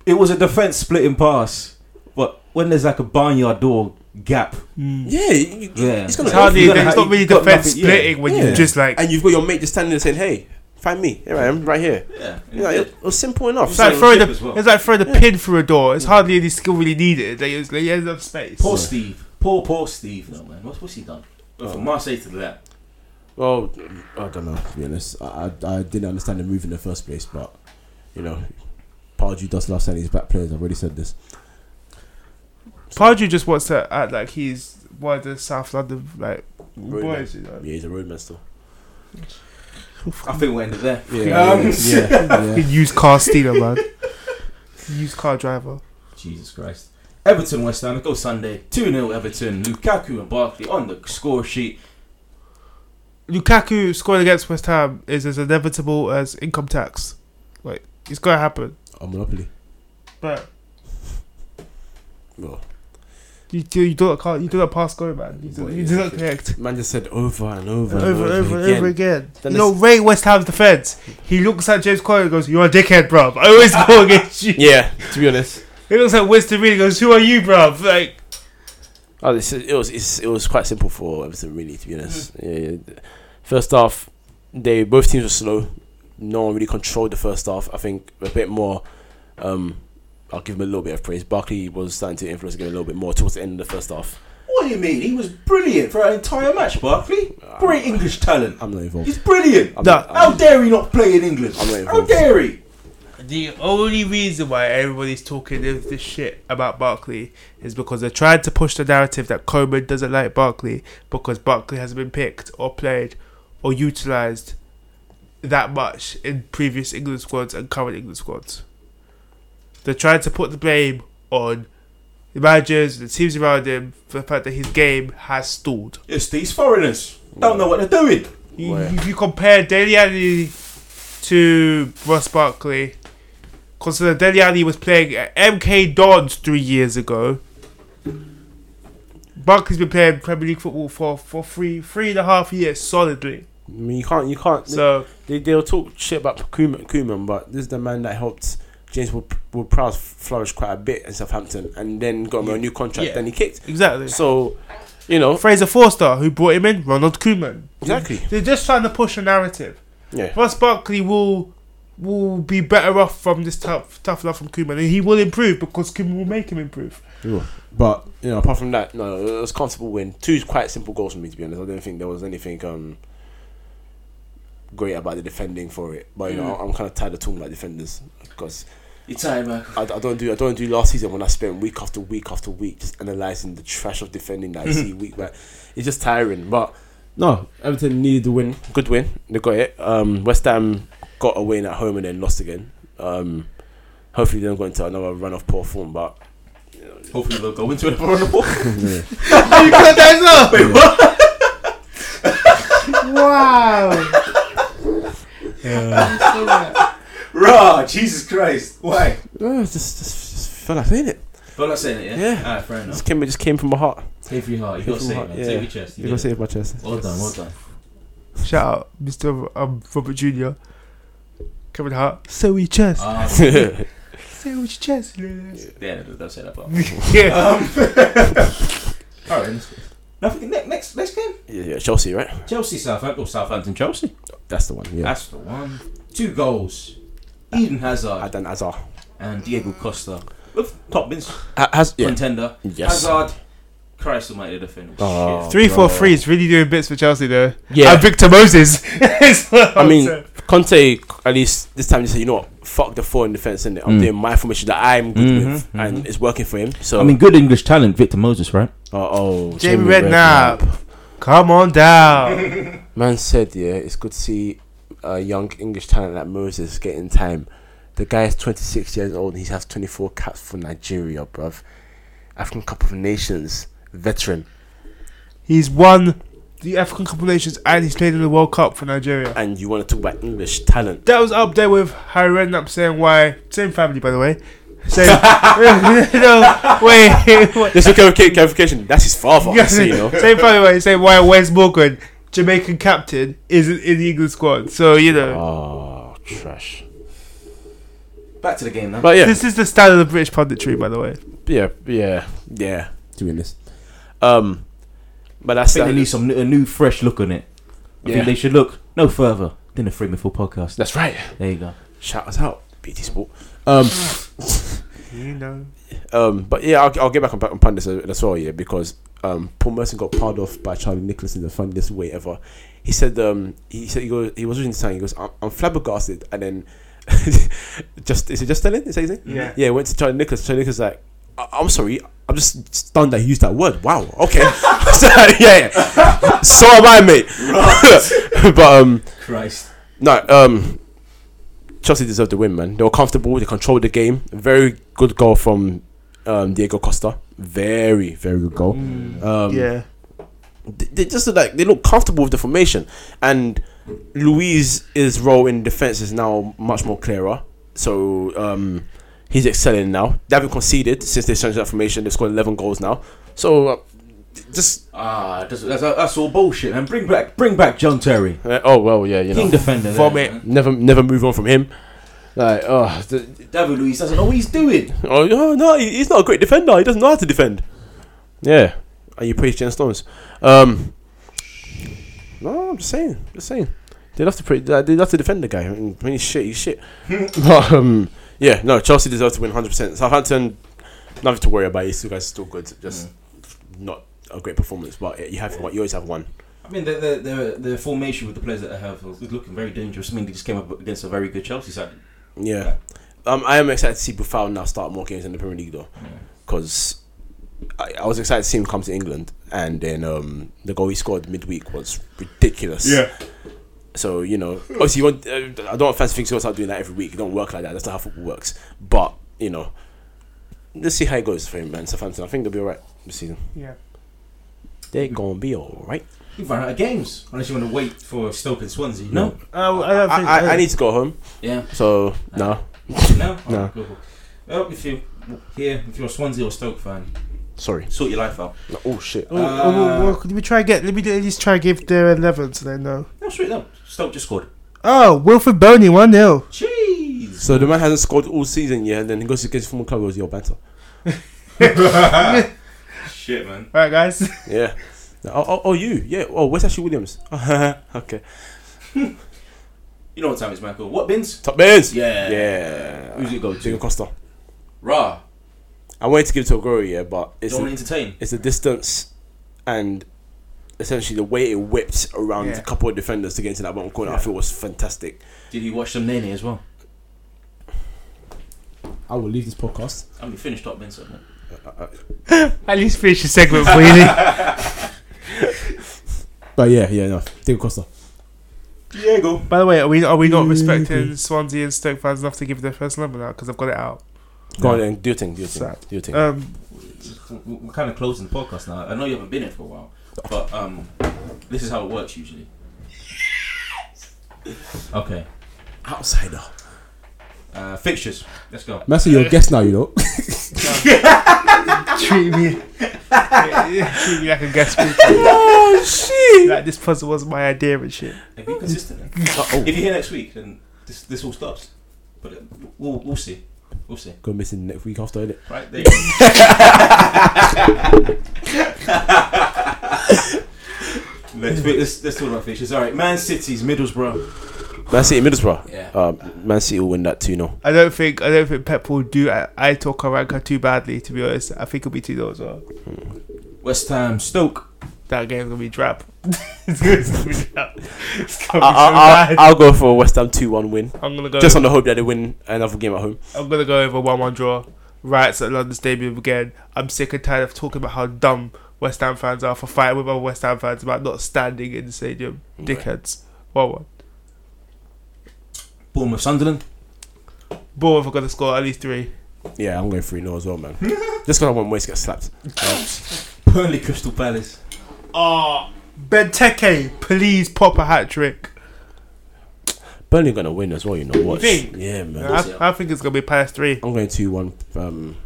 it was a defense splitting pass, but when there's like a barnyard door gap, Yeah, you, Yeah. He's gonna It's hardly, you gotta it's ha- not really you got defense nothing- yeah. splitting when Yeah. you're just like, and you've got your mate just standing there saying, "Hey, find me. Here I am, right here." yeah, You know, it was simple enough. It's like Yeah, throwing chip the, as well. it's like throwing the pin through a door. It's hardly any skill really needed. Like, it's, like, there's enough space. poor Steve. Poor, poor Steve, though, man. What's, what's he done? Went From Marseille to that. Well, I don't know. To be honest, I, I, I didn't understand the move in the first place, but you know, Pardew does love signing his back players. I've already said this. Pardew just wants to act like he's one of the South London like Really? boys. You know? Yeah, he's a roadman still. I think we're ended there. Yeah, Um, yeah, yeah, yeah. Fucking Used car stealer, man. Used car driver. Jesus Christ. Everton West Ham, it goes Sunday. 2 0 Everton. Lukaku and Barkley on the score sheet. Lukaku scoring against West Ham is as inevitable as income tax. Like it's gonna happen. A monopoly. But Well, you do you do not call you do not pass go, man. You do, What you is do not it? connect. man just said over and over, Over, over, over again. again. Then you know, Ray West Ham's defense. He looks at James Corden and goes, "You're a dickhead, bruv. I always go against you." Yeah, to be honest, He looks at Winston Reed and goes, "Who are you, bruv?" Like oh, this is, it was it's, it was quite simple for Everton, really. To be honest, Mm. yeah, yeah. first half, they both teams were slow. No one really controlled the first half. I think a bit more. Um, I'll give him a little bit of praise. Barkley was starting to influence the game a little bit more towards the end of the first half. What do you mean? He was brilliant for an entire match, Barkley. Great English talent. I'm not involved. He's brilliant. I'm, No. not- How I'm, dare he not play in England? I'm not How involved. dare he? the only reason why everybody's talking this, this shit about Barkley is because they're trying to push the narrative that Coleman doesn't like Barkley because Barkley hasn't been picked or played or utilized that much in previous England squads and current England squads. They're trying to put the blame on the managers, the teams around him, for the fact that his game has stalled. It's these foreigners. Don't know what they're doing. You, Where? if you compare Deli Ali to Ross Barkley, consider Deli Ali was playing at MK Dons three years ago. Barkley's been playing Premier League football for, for three three and a half years solidly. I mean, you can't you can't. So They they'll talk shit about Koeman, Koeman, but this is the man that helped James Wood, Wood Prowse flourish quite a bit in Southampton, and then got him a new contract. Yeah. Then he kicked. exactly. So, you know, Fraser Forster, who brought him in, Ronald Koeman. exactly. They're just trying to push a narrative. Yeah. Ross Barkley will will be better off from this tough tough love from Koeman, and he will improve because Koeman will make him improve. But you know, apart from that, no, it was a comfortable win. Two quite simple goals for me, to be honest. I don't think there was anything um great about the defending for it. But you know, I'm kind of tired of talking about defenders because It's time, man. I, I don't do I don't do last season when I spent week after week after week just analysing the trash of defending that I see week back. It's just tiring, but. No, Everton needed the win. good win. They got it. Um, West Ham got a win at home and then lost again. Um, hopefully they don't go into another run of poor form. But Hopefully they'll go into it on the ball. you cut that up. wow. Rah, Jesus Christ. Why? uh, just, just, just felt like saying it. But I'm not saying it, yeah? Yeah. Alright, fair enough. Just came, it just came from my heart. Take your heart. You Came got to from say my it, heart, man. yeah. Take your chest. You You gotta did it. save my chest. Well done, well done. Shout out, Mr. Um, Robert Jr. Kevin Hart. So we chest. Um, Say what your chest. Lewis. yeah, don't say that part. yeah. All right. Nothing. Ne- next next game, yeah, yeah, Chelsea, right? Chelsea Southampton or Southampton Chelsea. That's the one. Yeah, That's the one. Two goals. Eden Hazard Adan Azar. and Diego Costa. With top bins Has yeah. contender. Yes. Hazard. Christ Almighty, the defender. was Oh. shit. Three four three is really doing bits for Chelsea though. Yeah. And Victor Moses. I mean, Conte at least this time he said, you know what, fuck the four in defense, innit? I'm Mm. doing my formation that I'm good Mhm, with, and it's working for him. So I mean, good English talent, Victor Moses, right? oh, oh Jamie Redknapp. Come on down. Man said, yeah, it's good to see a young English talent like Moses getting time. The guy is 26 years old and he has 24 caps for Nigeria, bruv. African Cup of Nations veteran. He's won the African Cup of Nations and he's played in the World Cup for Nigeria. And you want to talk about English talent. That was up there with Harry Redknapp saying why same family by the way. Same no, wait, wait. Just a clarifica- clarification. That's his father. Yeah, so, you know. same funny way. Same why Wes Morgan, Jamaican captain, isn't in the England squad. So you know, Oh, trash. Back to the game now. But yeah, this is the standard of British punditry, by the way. yeah, yeah, yeah. To be honest, Um, but that's I think they need some a new, fresh look on it. I Yeah. think they should look no further than the Free Full podcast. That's right. There you go. Shout us out, BT Sport. um, You know. Um, but yeah, I'll, I'll get back on, on pundits as well, yeah, because um, Paul Merson got pardoned off by Charlie Nicholas in the funniest way ever. He said, um, he said he goes, he was reading the time. He goes, I'm, I'm flabbergasted, and then just is it just telling? Is that his name? Yeah. Yeah, went to Charlie Nicholas. Charlie Nicholas like, I- I'm sorry, I'm just stunned that he used that word. Wow. Okay. So, yeah, yeah. So am I, mate. but um, Christ. no, um, Chelsea deserved the win, man. They were comfortable. They controlled the game. Very good goal from um, Diego Costa. Very, very good goal. Um, yeah. they, they just look like they look comfortable with the formation, and Louise his role in defense is now much more clearer. So um, he's excelling now. They haven't conceded since they changed that formation. They've scored eleven goals now. So uh, just Ah, that's, that's, that's all bullshit. And bring back, bring back John Terry, uh, oh well, yeah, you know, king defender. vomit. Never, never move on from him. Like oh, th- David Luiz doesn't know what he's doing. Oh no, no, he- he's not a great defender. He doesn't know how to defend. Yeah, and you praise Jen Stones. Um, no, I'm just saying, just saying. They love to pray, they love to defend the guy. I mean, when he's shit, he's shit. but, um, yeah, no, Chelsea deserve to win 100. percent Southampton, nothing to worry about. These two guys are still good. Just not a great performance, but yeah, you have what you always have one. I mean, the, the, the, the formation with the players that they have is looking very dangerous. I mean, they just came up against a very good Chelsea side. Yeah. Um, I am excited to see Buffon now start more games in the Premier League though, because I, I was excited to see him come to England, and then um, the goal he scored midweek was ridiculous. Yeah. So you know, obviously, you want, uh, I don't fancy things to start doing that every week. It don't work like that. That's not how football works. But you know, let's see how it goes for him, man. Southampton, I think they'll be all right this season. Yeah. They're gonna be all right. You've run out of games unless you want to wait for Stoke and Swansea. No. Uh, I don't I, think. I, I need to go home. Yeah. So No. no, No. Alright, cool, cool. Well, if you here, if you're a Swansea or Stoke fan, sorry. sort your life out. No, oh shit. Oh, oh, well, well, let me try and get. Let me at least try and give their 11 so they know. No, straight no. Stoke just scored. Oh, Wilfred Boney 1 0. Jeez. So the man hasn't scored all season yet, and then he goes against his former club. Goes your banter. Shit, man. Alright, guys. Yeah. Oh, oh, oh, you? Yeah. Oh, where's Ashley Williams? okay. You know what time it's, Michael? What bins? Top Bears. Yeah. Yeah. Who's it go Diego to? Costa. Raw. I wanted to give it to Aguero, yeah, but it's Don't the, entertain. it's the distance and essentially the way it whipped around Yeah. a couple of defenders to get into that bottom corner. I feel was fantastic. Did you watch some Nene as well? I will leave this podcast. I mean, finished top bins, haven't it? at least finish the segment for you. Nick. But yeah, yeah, no. David Costa. Diego. By the way, are we are we not respecting Swansea and Stoke fans enough to give their first number now? Because I've got it out. Go on then, do your thing, do your thing, Sad. do your thing. Um, We're kind of closing the podcast now. I know you haven't been here for a while, but um, this is how it works usually. Okay. Outsider. Uh, fixtures. Let's go. Master, you're a guest now, you know. treat me. treat me like a guest speaker. oh shit! Like this puzzle was my idea and shit. Hey, Be consistent. eh? oh, If you're here next week, then this this all stops. But uh, we'll we'll see. We'll see. go missing next week after it. Right there. you go. let's, let's let's talk about fixtures. All right. Man City's Middlesbrough. Man City, Middlesbrough. Yeah. Um, Man City will win that 2 0. I don't think I don't think Pep will do I, I talk Aranka too badly. To be honest, I think it'll be two nil as well. West Ham Stoke. That game's gonna be drab. it's gonna be drab. It's gonna be so I'll, bad. I'll go for a West Ham 2 1 win. I'm gonna go. uh, Just on the hope that they win another game at home. I'm gonna go over one one draw. Riots at London Stadium again. I'm sick and tired of talking about how dumb West Ham fans are for fighting with other West Ham fans about not standing in the stadium. Dickheads. One one. Bournemouth Sunderland. Bournemouth are gonna score at least three. Yeah, I'm going 3 0 as well, man. Just because I want Moyes to get slapped. Burnley Crystal Palace. Ah, Benteke, please pop a hat trick. Burnley going to win as well, you know. Watch. think? Yeah, man. I, I think it's gonna be past three. I'm going 2 1. Um,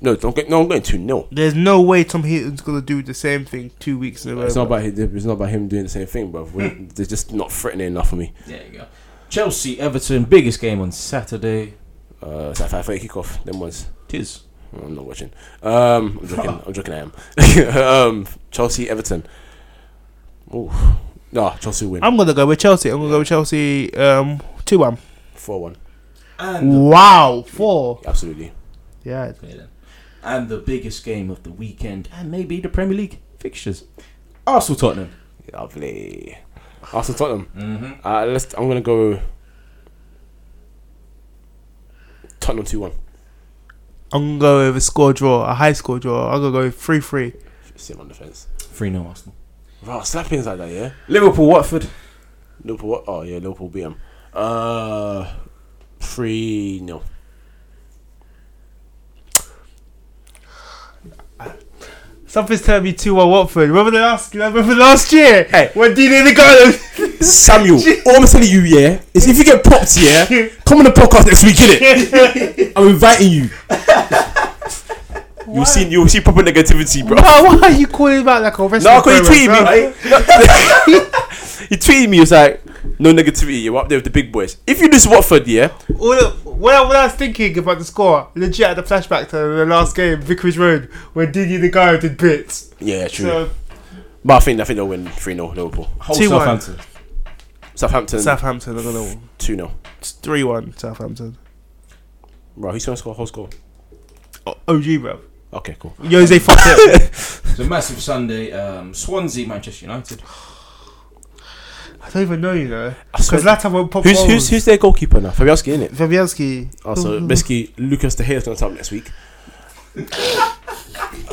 no, don't get, no, I'm going 2 0. There's no way Tom Heaton's gonna do the same thing two weeks in a row. It's not about him, it's not about him doing the same thing, but they're just not threatening enough for me. There you go. Chelsea Everton. Biggest game on Saturday. Uh, it's at 5 8 kickoff. Them ones. Tis. I'm not watching. Um, I'm joking. I'm joking. I am. um, Chelsea, Everton. Oh, no, Chelsea win I'm gonna go with Chelsea. I'm gonna go with Chelsea. Um, two one. 4 1. And Wow, four. Absolutely. Yeah. Okay, then. And the biggest game of the weekend, and maybe the Premier League fixtures. Arsenal Tottenham. Lovely. Arsenal Tottenham. Mm-hmm. Uh, let's. I'm gonna go. Tottenham two one. I'm gonna go with a score draw, a high score draw. I'm gonna go with three three. Sitting on the fence. 3 0 Arsenal. Wow, slappings like that, yeah. Liverpool Watford. Liverpool. What? Oh yeah, Liverpool beat them. Uh, three no. Something's telling me two one Watford. Remember the last remember last year? Hey. When D in the garden Samuel, all I'm telling you, yeah, is if you get popped, yeah, come on the podcast next week, innit? I'm inviting you. You'll see, you'll see proper negativity, bro. Why, why are you calling about like a wrestling? No, because he tweeted program, bro? me. he tweeted me. He was like, "No negativity. You're up there with the big boys. If you lose Watford, yeah, All the, what, I, what I was thinking about the score, legit had a flashback to the last game, Vicarage Road, when Didi the guy did bits. yeah, true. So but I think I think they'll win three 0 Liverpool. Whole 2-1. Southampton. Southampton Southampton, I'm gonna two 0 three one Southampton. Bro, who's gonna score? Whole score? Oh, O- OG bro, Okay, cool. Jose fucked it. It's a massive Sunday. Um, Swansea, Manchester United. I don't even know you know I swear- because Latam won't pop. Who's who's who's their goalkeeper now? Fabianski, isn't it? Fabianski. Oh, so basically, Lucas De Gea is going to start next week.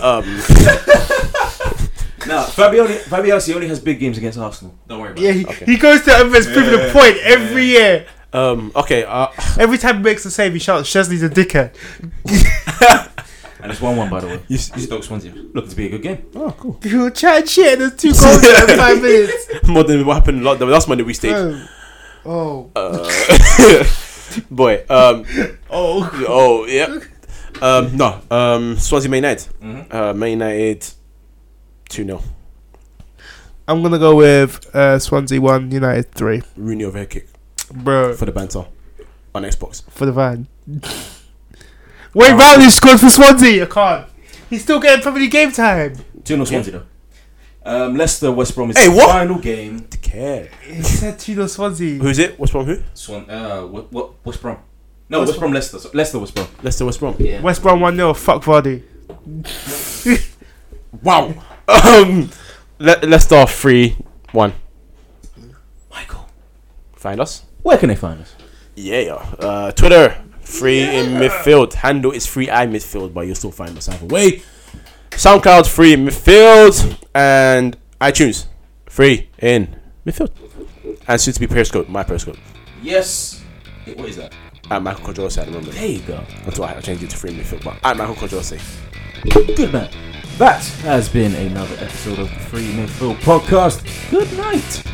um, Now, Fabioli, Fabioli only has big games against Arsenal. Don't worry about Yeah, it. he, Okay. he goes to Everest proving a point every year. um, okay, uh, Every time he makes a save, he shouts, Chesney's a dickhead. And it's 1 1, by the way. you, This Stoke Swansea. Looking to be a good game. Oh, He'll try and shit, and there's two goals in five minutes. more than what happened lot, the last Monday we stayed. Oh. Oh. Uh, boy, um, oh. oh, yeah. Um, no, um, Swansea Man United. Mhm. Uh, Man United 2 0. I'm going to go with uh, Swansea 1, United 3. Rooney overhead kick Bro, for the banter on Xbox. for the van. Wayne Rowney scored for Swansea. I can't. He's still getting probably game time. 2 0 Swansea, though. Um, Leicester, West Brom is Hey, the what? final game. To care. He said Chino Swansea. Who's it? What's wrong? Who? Swan, uh, what, what, West Brom. No, West, Brom, Leicester. So- Leicester, West Brom. Leicester West Brom. Yeah. West Brom 1 0. Fuck Vardy. Wow. Um, Le- Leicester 3 1. Michael. Find us. Where can they find us? Yeah, yeah. Uh, Twitter, free in midfield. Handle is free i midfield, but you'll still find us either way. SoundCloud, free in midfield. And iTunes, free in midfield. And soon to be Periscope, my Periscope. Yes. Hey, What is that? At Michael Cordrose at the moment. There you go. Until I I changed it to free in midfield, but at Michael Cordrose. Good man. That has been another episode of the Free Midfield Podcast. Good night.